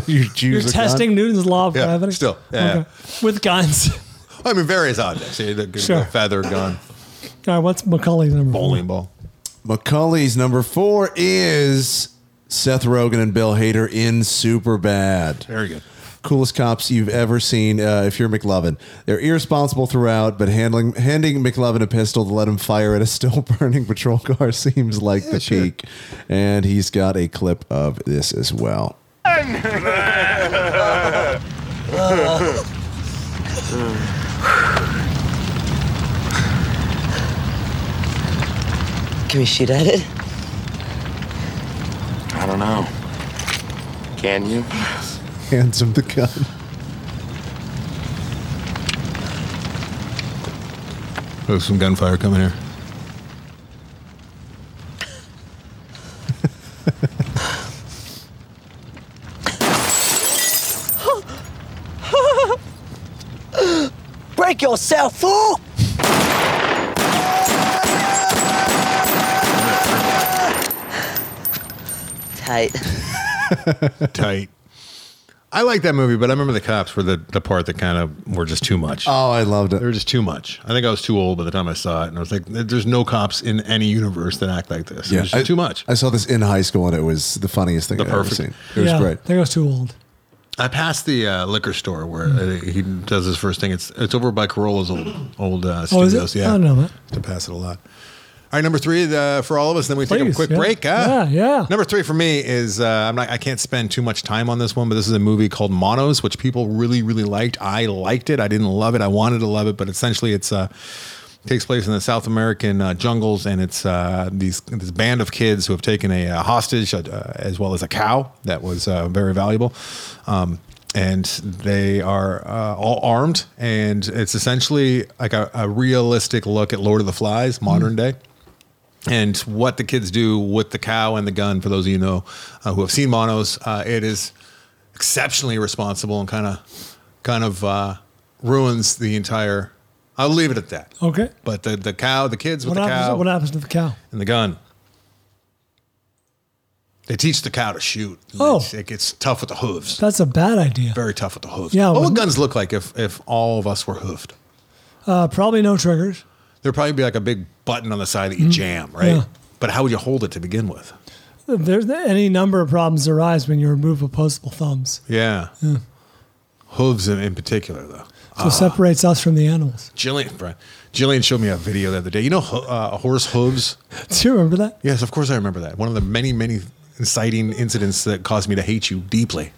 you choose You're a gun. testing Newton's law of Yeah, gravity still, yeah. with guns. I mean, various objects. Yeah, the, Sure. the feather gun, All right, what's Macaulay's number? four? bowling ball. Macaulay's number four is Seth Rogen and Bill Hader in Super Bad. Very good. coolest cops you've ever seen. Uh, if you're McLovin, they're irresponsible throughout, but handling handing McLovin a pistol to let him fire at a still burning patrol car seems like the peak. And he's got a clip of this as well. Can we shoot at it? I don't know. Can you? Hands him the gun. There's some gunfire coming here. Break yourself, fool! Tight. Tight. I like that movie, but I remember the cops were the, the part that kind of were just too much. Oh, I loved they were it. just too much. I think I was too old by the time I saw it, and I was like, "There's no cops in any universe that act like this. Yeah, I- too much." I saw this in high school, and it was the funniest thing The I've perfect- ever seen. It was yeah, great. There goes too old. I passed the uh, liquor store where uh, he does his first thing. It's it's over by Corolla's old old uh, Oh, is studios. it? Yeah, I don't know that. to pass it a lot. All right, number three uh, for all of us. Then we take Please, a quick yeah. break. Huh? Yeah, yeah. Number three for me is uh, I'm not. I can't spend too much time on this one, but this is a movie called Monos, which people really, really liked. I liked it. I didn't love it. I wanted to love it, but essentially, it's uh, takes place in the South American uh, jungles, and it's uh, these this band of kids who have taken a, uh hostage uh, as well as a cow that was uh, very valuable. Um, and they are uh, all armed, and it's essentially like a, a realistic look at Lord of the Hmm. Flies, modern day and what the kids do with the cow and the gun. For those of you who know uh, who have seen Monos, uh, it is exceptionally responsible and kind of kind of uh, ruins the entire. I'll leave it at that. Okay. But the the cow, the kids with What the happens, cow what happens to the cow? and the gun. They teach the cow to shoot. Oh. It's- it gets tough with the hooves. That's a bad idea. Very tough with the hooves. Yeah, What would when- guns look like if if all of us were hoofed? Uh, probably no triggers. There'd probably be like a big button on the side that you jam, right? Mm-hmm. Yeah. But how would you hold it to begin with? There's any number of problems arise when you remove opposable thumbs. Yeah. Hooves in, in particular, though. So it separates us from the animals. Jillian, Brian, Jillian showed me a video the other day. You know, ho- uh, horse hooves. Do you remember that? Yes, of course I remember that. One of the many, many inciting incidents that caused me to hate you deeply.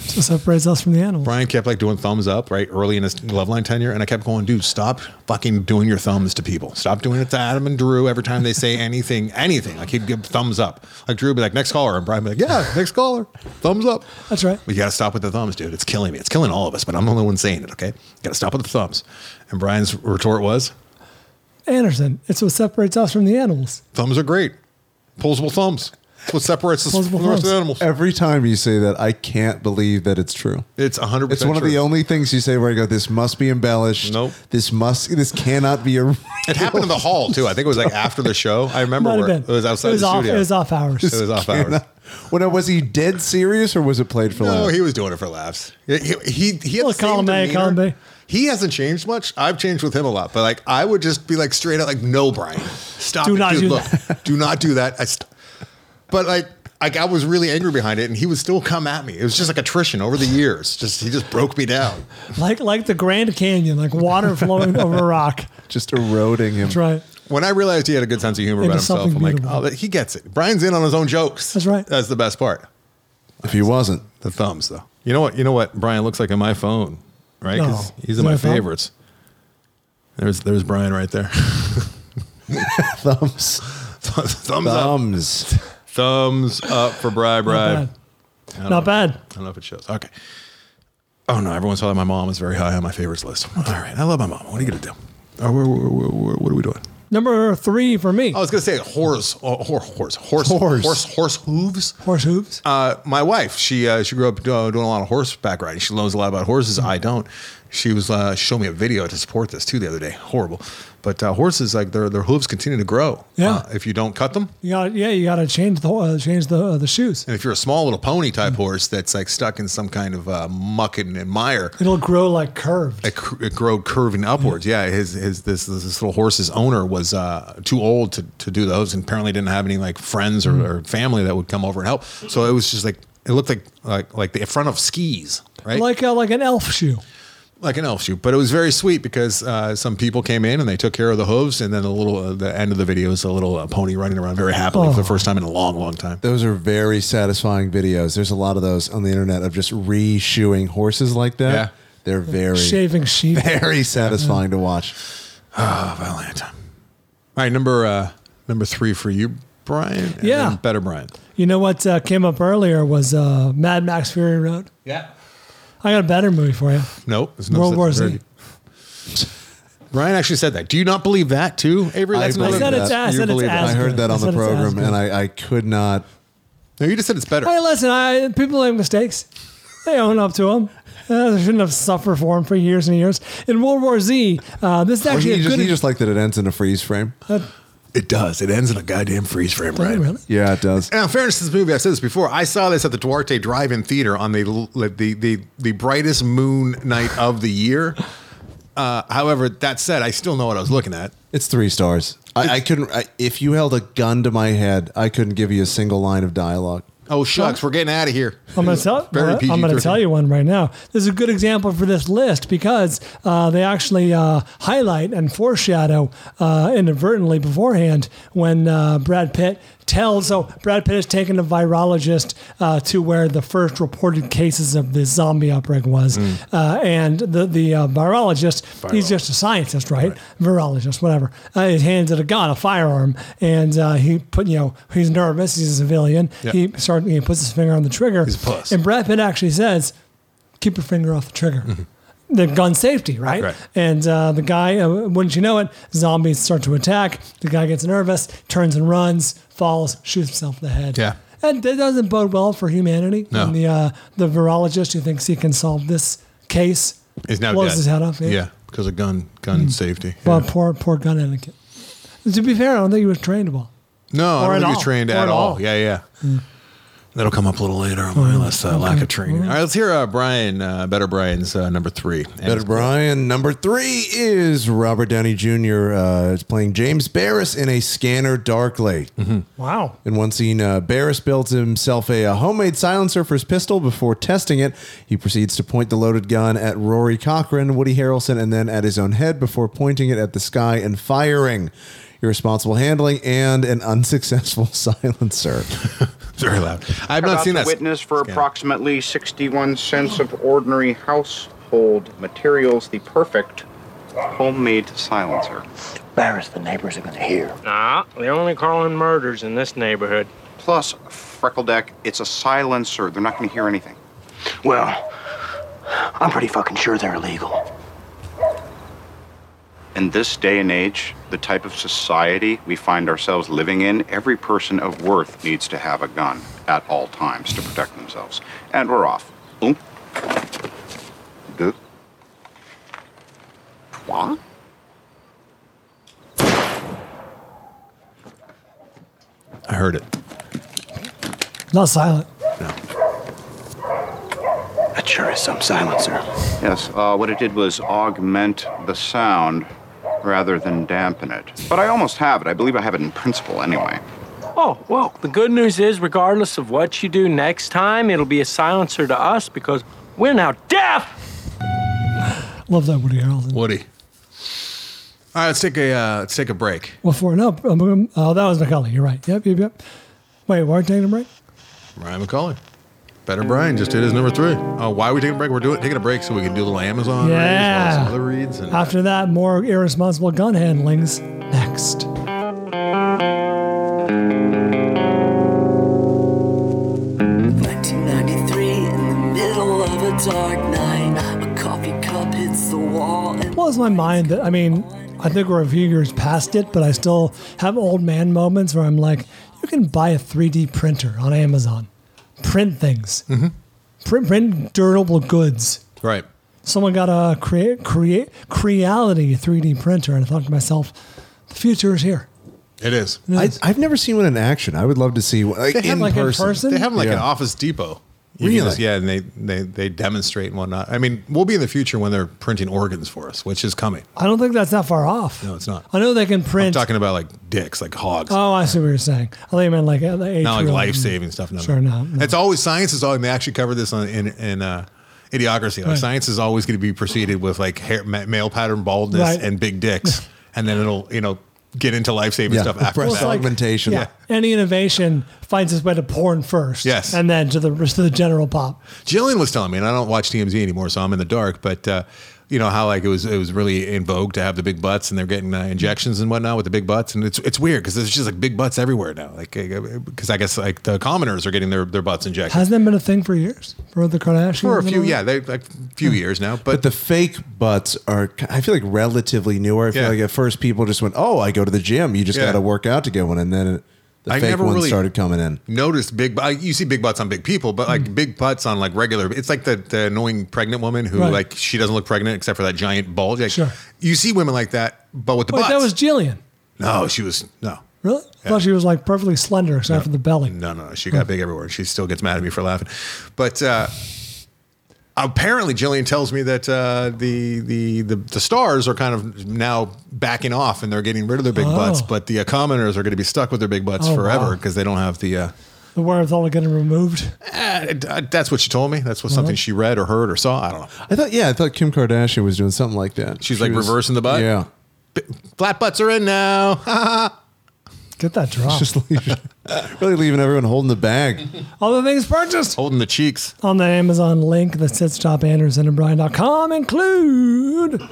So it separates us from the animals. Brian kept like doing thumbs up right early in his love line tenure, and I kept going, dude, stop fucking doing your thumbs to people. Stop doing it to Adam and Drew every time they say anything, anything. Like he'd give thumbs up. Like Drew would be like, next caller, and Brian would be like, yeah, next caller, thumbs up. That's right. We gotta stop with the thumbs, dude. It's killing me. It's killing all of us, but I'm the only one saying it. Okay, gotta stop with the thumbs. And Brian's retort was, Anderson, it's what separates us from the animals. thumbs are great. Pulsable thumbs. That's what separates us from Pulsable the rest of thumbs. the animals. Every time you say that, I can't believe that it's true. It's 100. It's one of the only things you say where I go, this must be embellished. Nope. This must, this cannot be a. It happened in the hall too. I think it was like after the show. I remember Might have where been. it was outside It was the off- studio. it was off hours. It was off hours. When I was he dead serious or was it played for No, laughs? he was doing it for laughs. He he, he, he had Well, the same column A, demeanor. column B. He hasn't changed much. I've changed with him a lot, but like I would just be like straight up like, no, Brian, stop. Do it. not Dude, do look, do not do that. I st- but like. Like I was really angry behind it, and he would still come at me. It was just like attrition over the years. Just he just broke me down. Like like the Grand Canyon, like water flowing over a rock. Just eroding him. That's right. When I realized he had a good sense of humor Into about himself, I'm something like, beautiful. oh, that- he gets it. Brian's in on his own jokes. That's right. That's the best part. If he wasn't, The thumbs, though. You know what? You know what Brian looks like on my phone, right? 'Cause No. he's Is in my there a thumb? favorites. There's there's Brian right there. thumbs. thumbs up. Thumbs. Thumbs up for Bri Bri. I Bad. Not bad. don't know if it shows. Okay. Oh no! Everyone saw that my mom is very high on my favorites list. All right, I love my mom. What are you gonna do? Oh, we're, we're, we're, we're- what are we doing? Number three for me. I was gonna say horse, oh, horse, horse, horse, Horse. horse, horse hooves. Horse hooves. uh, my wife, she uh, she grew up uh, doing a lot of horseback riding. She knows a lot about horses. I don't. She was uh, she showed me a video to support this too the other day. Horrible, but uh, horses like their their hooves continue to grow. Yeah. uh, if you don't cut them, You got yeah. You got to change the uh, change the uh, the shoes. and if you're a small little pony type Mm-hmm. horse that's like stuck in some kind of uh, muck and, and mire. It'll grow like curved. It, cr- it grew curving Mm-hmm. upwards. Yeah, his his this this little horse's owner was uh, too old to, to do those, and apparently didn't have any like friends Mm-hmm. or, or family that would come over and help. So it was just like it looked like like like the front of skis, right? Like uh, like an elf shoe. like an elf shoe, but it was very sweet because uh, some people came in and they took care of the hooves, and then a little uh, the end of the video is a little uh, pony running around very happily Oh. for the first time in a long, long time. Those are very satisfying videos. There's a lot of those on the internet of just reshoeing horses like that. Yeah. They're very, Shaving sheep. very satisfying to watch. Oh, Valiant! All right, number uh, number three for you, Brian. and Yeah. then better Brian. You know what uh, came up earlier was uh, Mad Max Fury Road. Yeah. I got a better movie for you. Nope. there's no World such- War Z. there- Brian actually said that. Do you not believe that too, Avery? I another- believe I said it's ass, You said it's believe it. ass. I heard that That's on the what it sounds program and like. I, I could not. No, you just said it's better. Hey, listen, I, people make mistakes. They own up to them. Uh, they shouldn't have suffered for them for years and years. In World War Z, uh, this is Or actually he, a just, good. he just like that it ends in a freeze frame. It does. It ends in a goddamn freeze frame, Did I right? really? Yeah, it does. Now, in fairness to this movie, I've said this before. I saw this at the Duarte Drive-In Theater on the the the, the brightest moon night of the year. Uh, however, that said, I still know what I was looking at. It's three stars. I, I couldn't. I, if you held a gun to my head, I couldn't give you a single line of dialogue. Oh shucks, we're getting out of here. I'm going to tell. Very well, I'm going to PG-13. tell you one right now. This is a good example for this list because uh, they actually uh, highlight and foreshadow uh, inadvertently beforehand when uh, Brad Pitt tells. So Brad Pitt is taking a virologist uh, to where the first reported cases of this zombie outbreak was, Mm. uh, and the the uh, virologist he's just a scientist, right? Virologist, whatever. Uh, he hands it a gun, a firearm, and uh, he put you know he's nervous. He's a civilian. Yeah. He start he puts his finger on the trigger. He's a puss. And Brad Pitt actually says, "Keep your finger off the trigger." The gun safety, right? Mm-hmm. Right. And uh, the guy, uh, wouldn't you know it, zombies start to attack. The guy gets nervous, turns and runs, falls, shoots himself in the head. Yeah. And that doesn't bode well for humanity. No. And the, uh, the virologist who thinks he can solve this case It's now blows dead. his head off. Yeah, because of gun gun safety. Well, Yeah. poor, poor gun etiquette. To be fair, I don't think he was trained well. No, I or don't at all. Hmm. think he was trained Or at at all. all. Yeah, yeah. That'll come up a little later on my list. Uh, Lack of training. All right, let's hear uh, Brian, uh, Better Brian's uh, number three. And Better Brian. Number three is Robert Downey Jr. Uh, is playing James Barris in a Scanner Darkly. Wow. In one scene, uh, Barris builds himself a, a homemade silencer for his pistol. Before testing it, he proceeds to point the loaded gun at Rory Cochrane, Woody Harrelson, and then at his own head before pointing it at the sky and firing. Irresponsible handling and an unsuccessful silencer. Very loud. I've not About seen the that. Witness for approximately 61 cents of ordinary household materials, the perfect homemade silencer. Barris, the neighbors are gonna hear. Nah, Ah, they're only calling murders in this neighborhood. Plus, Freckledeck, it's a silencer. They're not going to hear anything. Well, I'm pretty fucking sure they're illegal. in this day and age, the type of society we find ourselves living in, every person of worth needs to have a gun at all times to protect themselves. And we're off. Boom. Deux. Trois. I heard it. Not silent. That sure is some silencer. Yes, uh, what it did was augment the sound rather than dampen it. But I almost have it. I believe I have it in principle anyway. Oh, well, the good news is, regardless of what you do next time, it'll be a silencer to us because we're now deaf! Love that Woody Harrelson. Woody. All right, let's take a uh, let's take a break. Well, for no, um, um, uh, that was Macaulay. You're right. Yep, yep, yep. Wait, we're taking a break. Ryan McCauley. Better Brian just did his number three. Oh, why are we taking a break? We're doing taking a break so we can do a little Amazon. reads, yeah. all some other reads and After that, more irresponsible gun handlings next. in the middle of a dark night. A coffee cup hits the wall and Blows my mind that I mean, I think we're a few years past it, but I still have old man moments where I'm like, you can buy a 3D printer on Amazon, print things, print print durable goods. right. Someone got a create create Creality 3D printer, and I thought to myself, the future is here. It is. I, I've never seen one in action. I would love to see one like, They have, in, like, in person. person? They have, like, an Yeah. Office Depot. You can Really? just- yeah, and they, they they demonstrate and whatnot. I mean, we'll be in the future when they're printing organs for us, which is coming. I don't think that's that far off. No, it's not. I know they can print. I'm talking about like dicks, like hogs. Oh, I see what you're saying. I thought you meant like uh, the atrial. not like life saving stuff. No, Sure, no, It's always science is always. They actually covered this on, in in uh, Idiocracy. Like Right. science is always going to be preceded with like hair, ma- male pattern baldness Right. and big dicks, and then it'll you know get into life saving Yeah, stuff after breast that. augmentation. Yeah. Any innovation finds its way to porn first. Yes. And then to the to the general pop. Jillian was telling me, and I don't watch TMZ anymore, so I'm in the dark. But uh, you know how like it was it was really in vogue to have the big butts, and they're getting uh, injections and whatnot with the big butts, and it's it's weird because there's just like big butts everywhere now. Like because I guess like the commoners are getting their their butts injected. Hasn't that been a thing for years for the Kardashians? for a and few, all that? yeah, they like Hmm. few years now, but, the fake butts are, I feel like, relatively newer. I feel Yeah. like at first people just went, "Oh, I go to the gym. You just Yeah. got to work out to get one," and then it, the I fake never ones really- started coming in. noticed big. bu- You see big butts on big people, but Mm. like big butts on like regular. It's like the, the annoying pregnant woman who Right. like she doesn't look pregnant except for that giant bulge. Like, Sure. You see women like that, but with the Wait, butts. that was Jillian. no, she was no, Really? I thought she was like perfectly slender except for the belly. no, no. She Hmm. got big everywhere. She still gets mad at me for laughing, but. uh Apparently, Jillian tells me that uh, the, the the the stars are kind of now backing off and they're getting rid of their big Oh. butts, but the uh, commoners are going to be stuck with their big butts Oh, forever wow. because they don't have the uh, The wherewithal of getting removed. Uh, d- uh, that's what she told me. That's what something she read or heard or saw. I don't know. I thought, yeah, I thought Kim Kardashian was doing something like that. She's like reversing the butt? Yeah, Flat butts are in now. Get that drop. just leaving, really leaving everyone holding the bag. All the things purchased holding the cheeks. on the Amazon link that sits top andersonandbrian.com include.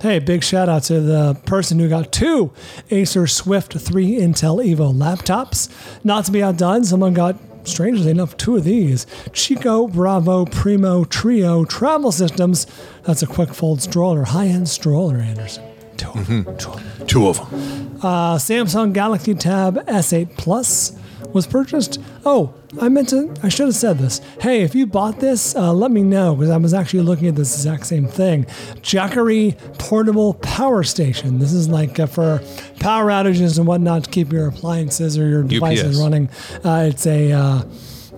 Hey, big shout out to the person who got two Acer Swift 3 Intel Evo laptops. Not to be outdone, someone got, strangely enough, two of these Chico Bravo Primo Trio Travel Systems. That's a quick fold stroller, high end stroller, Anderson. Two of them. Two of them. Uh, Samsung Galaxy Tab S8 Plus was purchased. Oh, I meant to, I should have said this. Hey, if you bought this, uh, let me know because I was actually looking at this exact same thing. Jackery Portable Power Station. This is like uh, for power outages and whatnot to keep your appliances or your devices UPS. running. Uh, it's a, uh,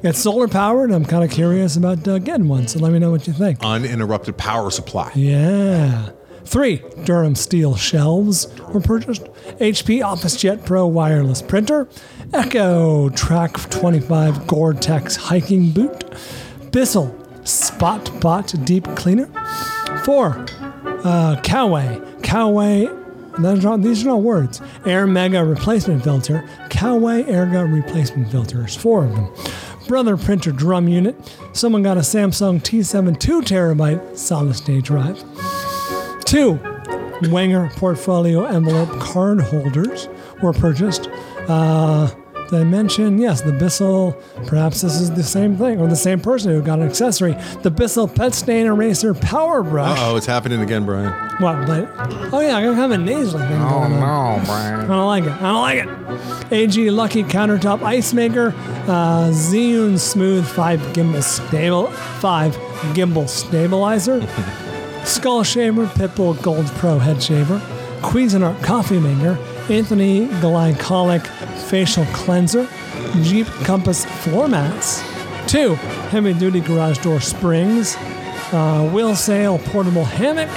It's solar powered. I'm kind of curious about uh, getting one, so let me know what you think. Uninterrupted power supply. Yeah. Three Durham steel shelves were purchased. HP OfficeJet Pro wireless printer. Echo Track 25 Gore-Tex hiking boot. Bissell Spot Bot deep cleaner. Four uh, Coway Coway. Those are not, these are not words. Air Mega replacement filter. Coway Erga replacement filters. Four of them. Brother printer drum unit. Someone got a Samsung T7 2 terabyte solid state drive. Two Wanger portfolio envelope card holders were purchased. Uh, did I mention, yes, the Bissell, perhaps this is the same thing, or the same person who got an accessory. The Bissell Pet Stain Eraser Power Uh Brush. oh, it's happening again, Brian. What? But oh yeah, I am have a nasal thing. Oh no, Brian. I don't like it. I don't like it. AG Lucky Countertop Ice Maker, uh, Zhiyun Smooth Five Gimbal Stable Five Gimbal Stabilizer, Skull Shaver Pitbull Gold Pro Head Shaver, Cuisinart Coffee Maker, Anthony Glycolic Facial Cleanser, Jeep Compass Floor Mats, two Heavy Duty Garage Door Springs, uh, Will Sail Portable Hammock.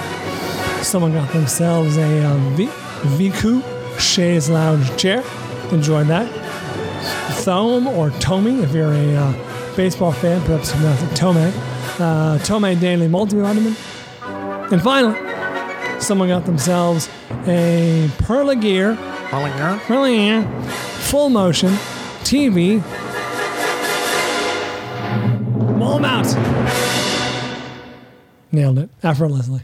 Someone got themselves a um, v- Viku chaise lounge chair. Enjoy that. Thome or Tomy, if you're a uh, baseball fan, perhaps you know Tome. Uh, Tome Daily Multivitamin. And finally, someone got themselves a Perla Gear. Perla Gear. Full motion TV. Wall mount. Nailed it effortlessly.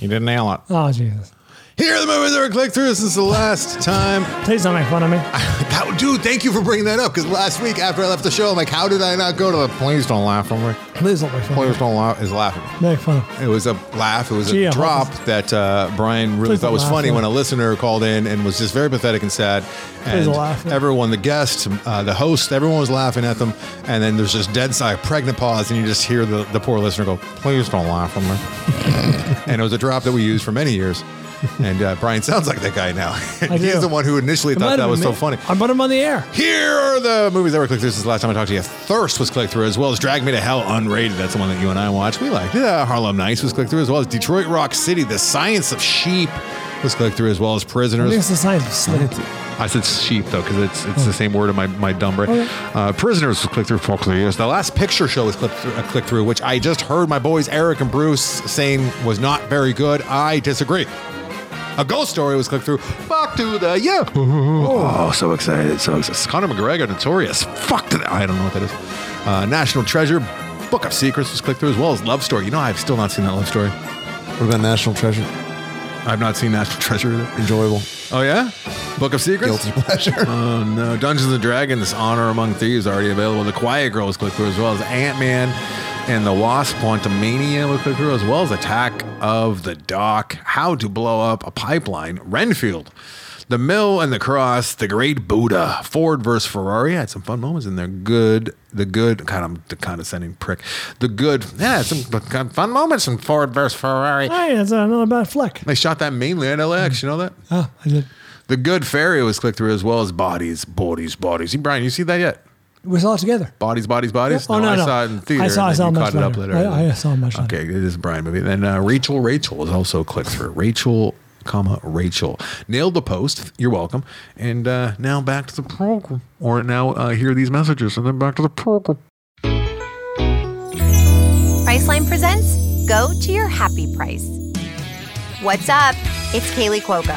You didn't nail it. Oh, Jesus. Here are the movies that were clicked through since the last time. Please don't make fun of me. Ah, That- dude, thank you for bringing that up because last week after I left the show, I'm like, how did I not go to the Please Don't Laugh on me? Please don't laugh on me. Please Don't Laugh is laughing. Make fun of It was a laugh. It was Gee, I a hope drop that uh, Brian really Please thought don't was laugh, funny yeah. when a listener called in and was just very pathetic and sad. Please And don't laugh, yeah. everyone, the guest, uh, the host, everyone was laughing at them. And then there's this dead silent, pregnant pause, and you just hear the, the poor listener go, Please don't laugh on me. and it was a drop that we used for many years. And uh, Brian sounds like that guy now. He's do. the one who initially It might have thought that been was so me. funny. I put him on the air. Here are the movies that were clicked through since the last time I talked to you. Thirst was clicked through, as well as Drag Me to Hell Unrated. That's the one that you and I watched. We liked it. Uh, Harlem Nights was clicked through, as well as Detroit Rock City, The Science of Sheep was clicked through, as well as I think Prisoners. it's the size of sleep. I said sheep though because it's it's the same word in my my dumb brain. Okay. Uh, prisoners was clicked through for years. The last picture show was clicked through, a click through, which I just heard my boys Eric and Bruce saying was not very good. I disagree. A ghost story was clicked through. Fuck to the yeah. Oh, so excited! So excited. Conor McGregor, notorious. Fuck to the. I don't know what that is. Uh, National Treasure, Book of Secrets was clicked through as well as Love Story. You know, I've still not seen that Love Story. What about National Treasure? I've not seen National Treasure either. Enjoyable. Oh yeah, Book of Secrets. Guilty pleasure. Oh no, Dungeons and Dragons: Honor Among Thieves already available. The Quiet Girl was click through as well as Ant Man and the Wasp: Quantumania was click through as well as Attack of the Dock. How to blow up a pipeline. Renfield. The Mill and the Cross, The Great Buddha, Ford versus Ferrari. I had some fun moments in there. Good, the good. God, I'm the condescending prick. The good. Yeah, some fun moments in Ford versus Ferrari. Hey, that's another bad flick. They shot that mainly at LAX. You know that? Oh, I did. The Good Fairy was clicked through as well as Bodies, Bodies, Bodies. You, Brian, you see that yet? We saw it together. Bodies, Bodies, Bodies? Oh, no, I no. saw it in theater. I saw- and I saw then it you much caught it up later. later. I- I saw it much Okay, it is a Brian movie. Then uh, Rachel, Rachel is also clicked through. Rachel, comma, Rachel. Nailed the post. You're welcome. And uh, now back to the program. Or now uh, hear these messages and then back to the program. Priceline presents Go to Your Happy Price. What's up? It's Kaylee Cuoco.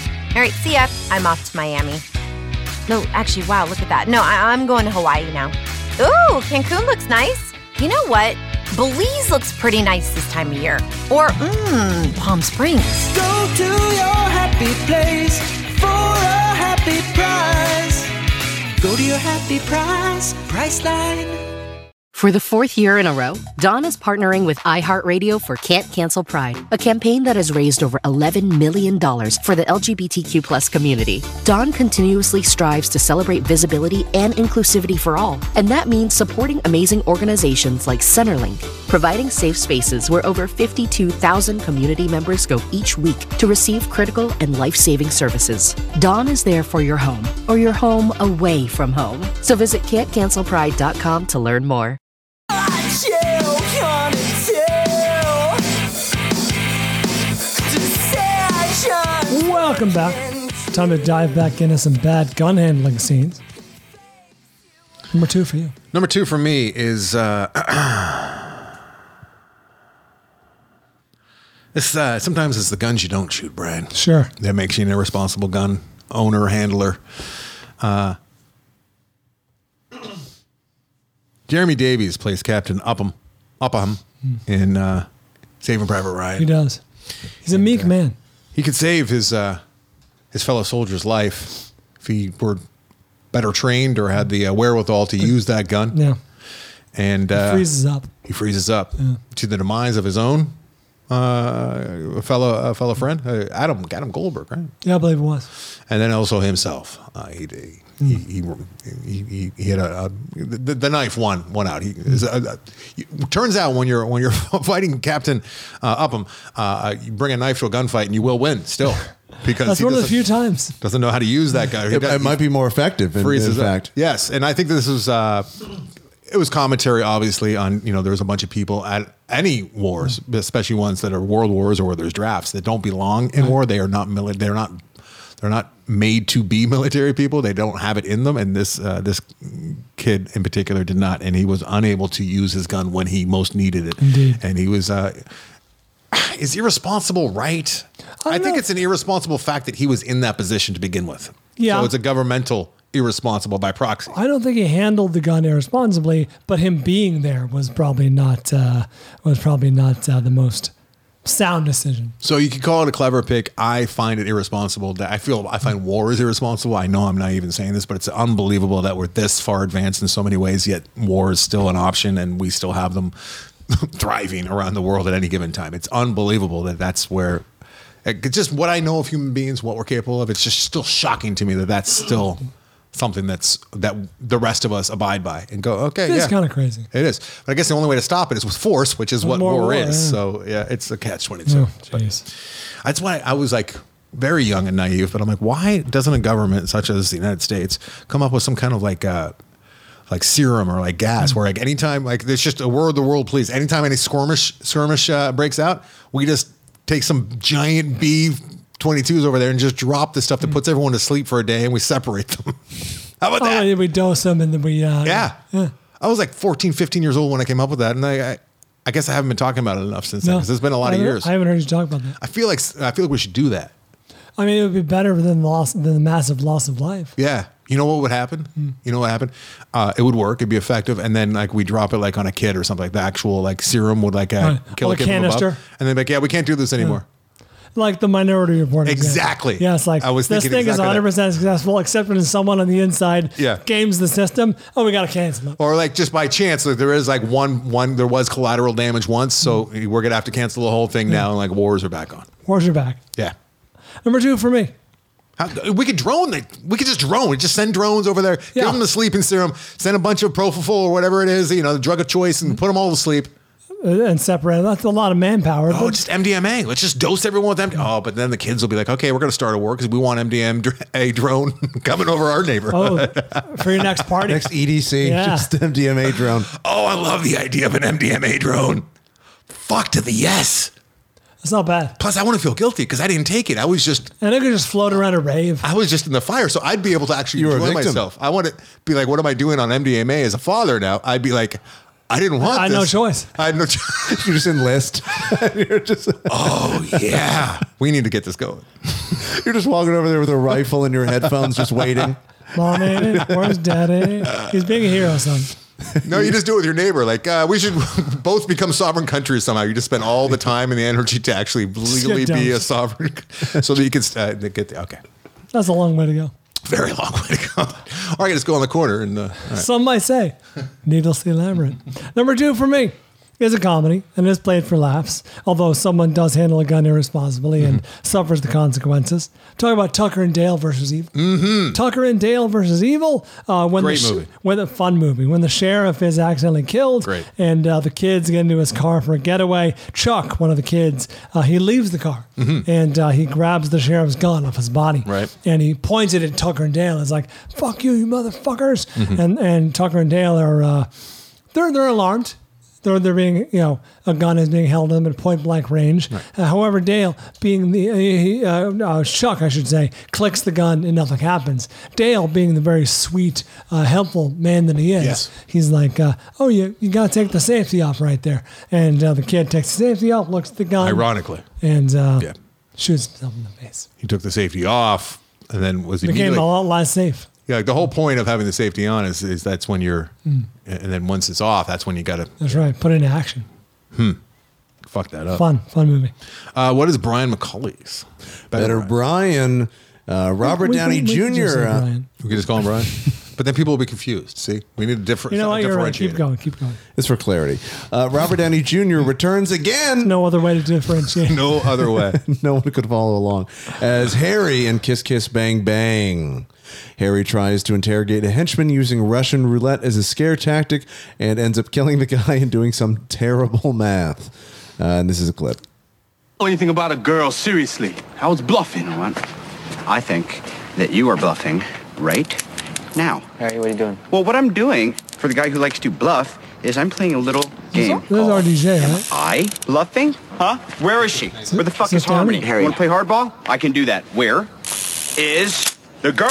All right, see ya. I'm off to Miami. No, actually, wow, look at that. No, I- I'm going to Hawaii now. Ooh, Cancun looks nice. You know what? Belize looks pretty nice this time of year. Or, mmm, Palm Springs. Go to your happy place for a happy price. Go to your happy price, Priceline. For the fourth year in a row, Dawn is partnering with iHeartRadio for Can't Cancel Pride, a campaign that has raised over $11 million for the LGBTQ plus community. Dawn continuously strives to celebrate visibility and inclusivity for all, and that means supporting amazing organizations like Centerlink, providing safe spaces where over 52,000 community members go each week to receive critical and life-saving services. Dawn is there for your home, or your home away from home. So visit can'tcancelpride.com to learn more. Chill, come chill. Deception. Welcome back. Time to dive back into some bad gun handling scenes. Number two for you. Number two for me is uh, it's uh, sometimes it's the guns you don't shoot, Brian. Sure. That makes you an irresponsible gun owner, handler. Uh, Jeremy Davies plays Captain Upham, Upham Hmm. in uh, Saving Private Ryan. He does. He's a meek uh, man. He could save his uh, his fellow soldier's life if he were better trained or had the uh, wherewithal to use that gun. Yeah. And uh, freezes up. He freezes up to the demise of his own uh, fellow a fellow friend, uh, Adam Adam Goldberg, right? Yeah, I believe it was. And then also himself. Uh, he, Hmm. he, he, he, he, he had a, a the, the knife won won out. He is a, a- turns out when you're when you're fighting Captain uh, Upham, uh, you bring a knife to a gunfight and you will win still because That's he one of the doesn't, few times. doesn't know how to use that guy. He It, does- it might be more effective. In, in freezes up. fact, Yes, and I think this is uh, it was commentary, obviously, on you know there's a bunch of people at any wars, especially ones that are world wars or where there's drafts that don't belong in war. They are not mili- They're not. They're not made to be military people. They don't have it in them. And this uh, this kid in particular did not, and he was unable to use his gun when he most needed it. Indeed. And he was. Uh, is irresponsible right? I, think it's an irresponsible fact that he was in that position to begin with. Yeah. So it's a governmental irresponsible by proxy. I don't think he handled the gun irresponsibly, but him being there was probably not uh, was probably not uh, the most sound decision. So you could call it a clever pick. I find it irresponsible. That I feel I find war is irresponsible. I know I'm not even saying this, but it's unbelievable that we're this far advanced in so many ways. Yet war is still an option, and we still have them thriving around the world at any given time. It's unbelievable that that's where. It's just what I know of human beings, what we're capable of. It's just still shocking to me that that's still something that's that the rest of us abide by and go okay. it's yeah. kind of crazy. It is. But I guess the only way to stop it is with force, which is With what more war, war, is. yeah. So yeah, it's a catch twenty two. Oh, That's why I was like very young and naive, but I'm like, why doesn't a government such as the United States come up with some kind of like uh like serum or like gas, where like anytime like there's just a war of the world, please. Anytime any skirmish skirmish uh, breaks out, we just take some giant B 22s over there and just drop the stuff Hmm. that puts everyone to sleep for a day, and we separate them. How about that? Oh, we dose them and then we uh, Yeah. I was like 14, 15 years old when I came up with that. And I, I, I guess I haven't been talking about it enough since then No. because it's been a lot I of haven't- years. I I, haven't heard you talk about that. feel like I feel like we should do that. I mean, it would be better than the loss than the massive loss of life. Yeah. You know what would happen? Hmm. You know what happened? Uh, it would work. It'd be effective. And then like we drop it like on a kid or something like the actual like serum would like uh, Right. kill Or a kid from above. canister. And then like, yeah, we can't do this anymore. Like the minority report. example. Exactly. Yeah, it's like I was this thinking thing is exactly that. 100 percent successful, except when someone on the inside Yeah. games the system. Oh, we got to cancel it. Or like just by chance, like there is like one, one, there was collateral damage once. So Hmm. we're going to have to cancel the whole thing now. And like wars are back on. Wars are back. Yeah. Number two for me. How, we could drone. the- We could just drone. Just send drones over there. Give them the sleeping serum. Send a bunch of propofol or whatever it is, you know, the drug of choice, and put them all to sleep. Uh, and separate. That's a lot of manpower. Oh, just MDMA. Let's just dose everyone with MDMA. Oh, but then the kids will be like, okay, we're going to start a war because we want MDM dr- a drone coming over our neighborhood. Oh, for your next party. next EDC, Yeah. just MDMA drone. oh, I love the idea of an MDMA drone. Fuck to the yes. That's not bad. Plus, I wouldn't feel guilty because I didn't take it. I was just and I could just float around a rave. I was just in the fire, so I'd be able to actually You were a enjoy victim. myself. I want to be like, what am I doing on MDMA as a father now? I'd be like, I didn't want. I had this. no choice. I had no choice. You just enlist. You're just oh yeah, we need to get this going. You're just walking over there with a rifle and your headphones, just waiting. Mommy, where's daddy? He's being a hero, son. No, you just do it with your neighbor. Like uh, we should both become sovereign countries somehow. You just spend all the time and the energy to actually legally be dumb. a sovereign, so that you can uh, get the okay. That's a long way to go. Very long way to go. Or I can just go on the corner and. Uh, all right. Some might say needlessly elaborate. Number two for me is a comedy and is played for laughs, although someone does handle a gun irresponsibly and Mm-hmm. suffers the consequences. Talking about Tucker and Dale versus Evil. Mm-hmm. Tucker and Dale versus Evil. Uh, when Great the sh- movie. When a fun movie. When the sheriff is accidentally killed Great. and uh, the kids get into his car for a getaway. Chuck, one of the kids, uh, he leaves the car Mhm. and uh, he grabs the sheriff's gun off his body Right. and he points it at Tucker and Dale. It's like, "Fuck you, you motherfuckers!" Mhm. And and Tucker and Dale are uh, they're they're alarmed. They're they're being you know a gun is being held at them at point blank range. Uh, however, Dale, being the uh, he, uh, uh, Chuck, I should say, clicks the gun and nothing happens. Dale, being the very sweet, uh, helpful man that he is, Yes. he's like, uh, "Oh, you you gotta take the safety off right there." And uh, the kid takes the safety off, looks at the gun, Ironically, and uh, Yeah. shoots himself in the face. he took the safety off and then was Became immediately. a lot less safe. yeah, like the whole point of having the safety on is, is that's when you're. Mm. And then once it's off, that's when you got to That's right. Put it into action. hmm, fuck that up. Fun, fun movie. Uh, what is Brian McCauley's? Better Brian, uh, Robert We- we- Downey we can Jr. just say uh, Brian. We could just call him Brian. but then people will be confused. See, we need a different. You know what? You're right. differentiator. Keep going. Keep going. It's for clarity. Uh, Robert Downey Jr. returns again. No other way to differentiate. no other way. no one could follow along. As Harry in Kiss Kiss Bang Bang. Harry tries to interrogate a henchman using Russian roulette as a scare tactic and ends up killing the guy and doing some terrible math. Uh, and this is a clip. know anything about a girl, seriously. I was bluffing. You know what? I think that you are bluffing right now. Harry, what are you doing? Well, what I'm doing for the guy who likes to bluff is I'm playing a little game. This is RDJ, right? I bluffing? Huh? Where is she? Where the fuck sit is Harmony? down. Harry. Want to play hardball? I can do that. Where is the girl?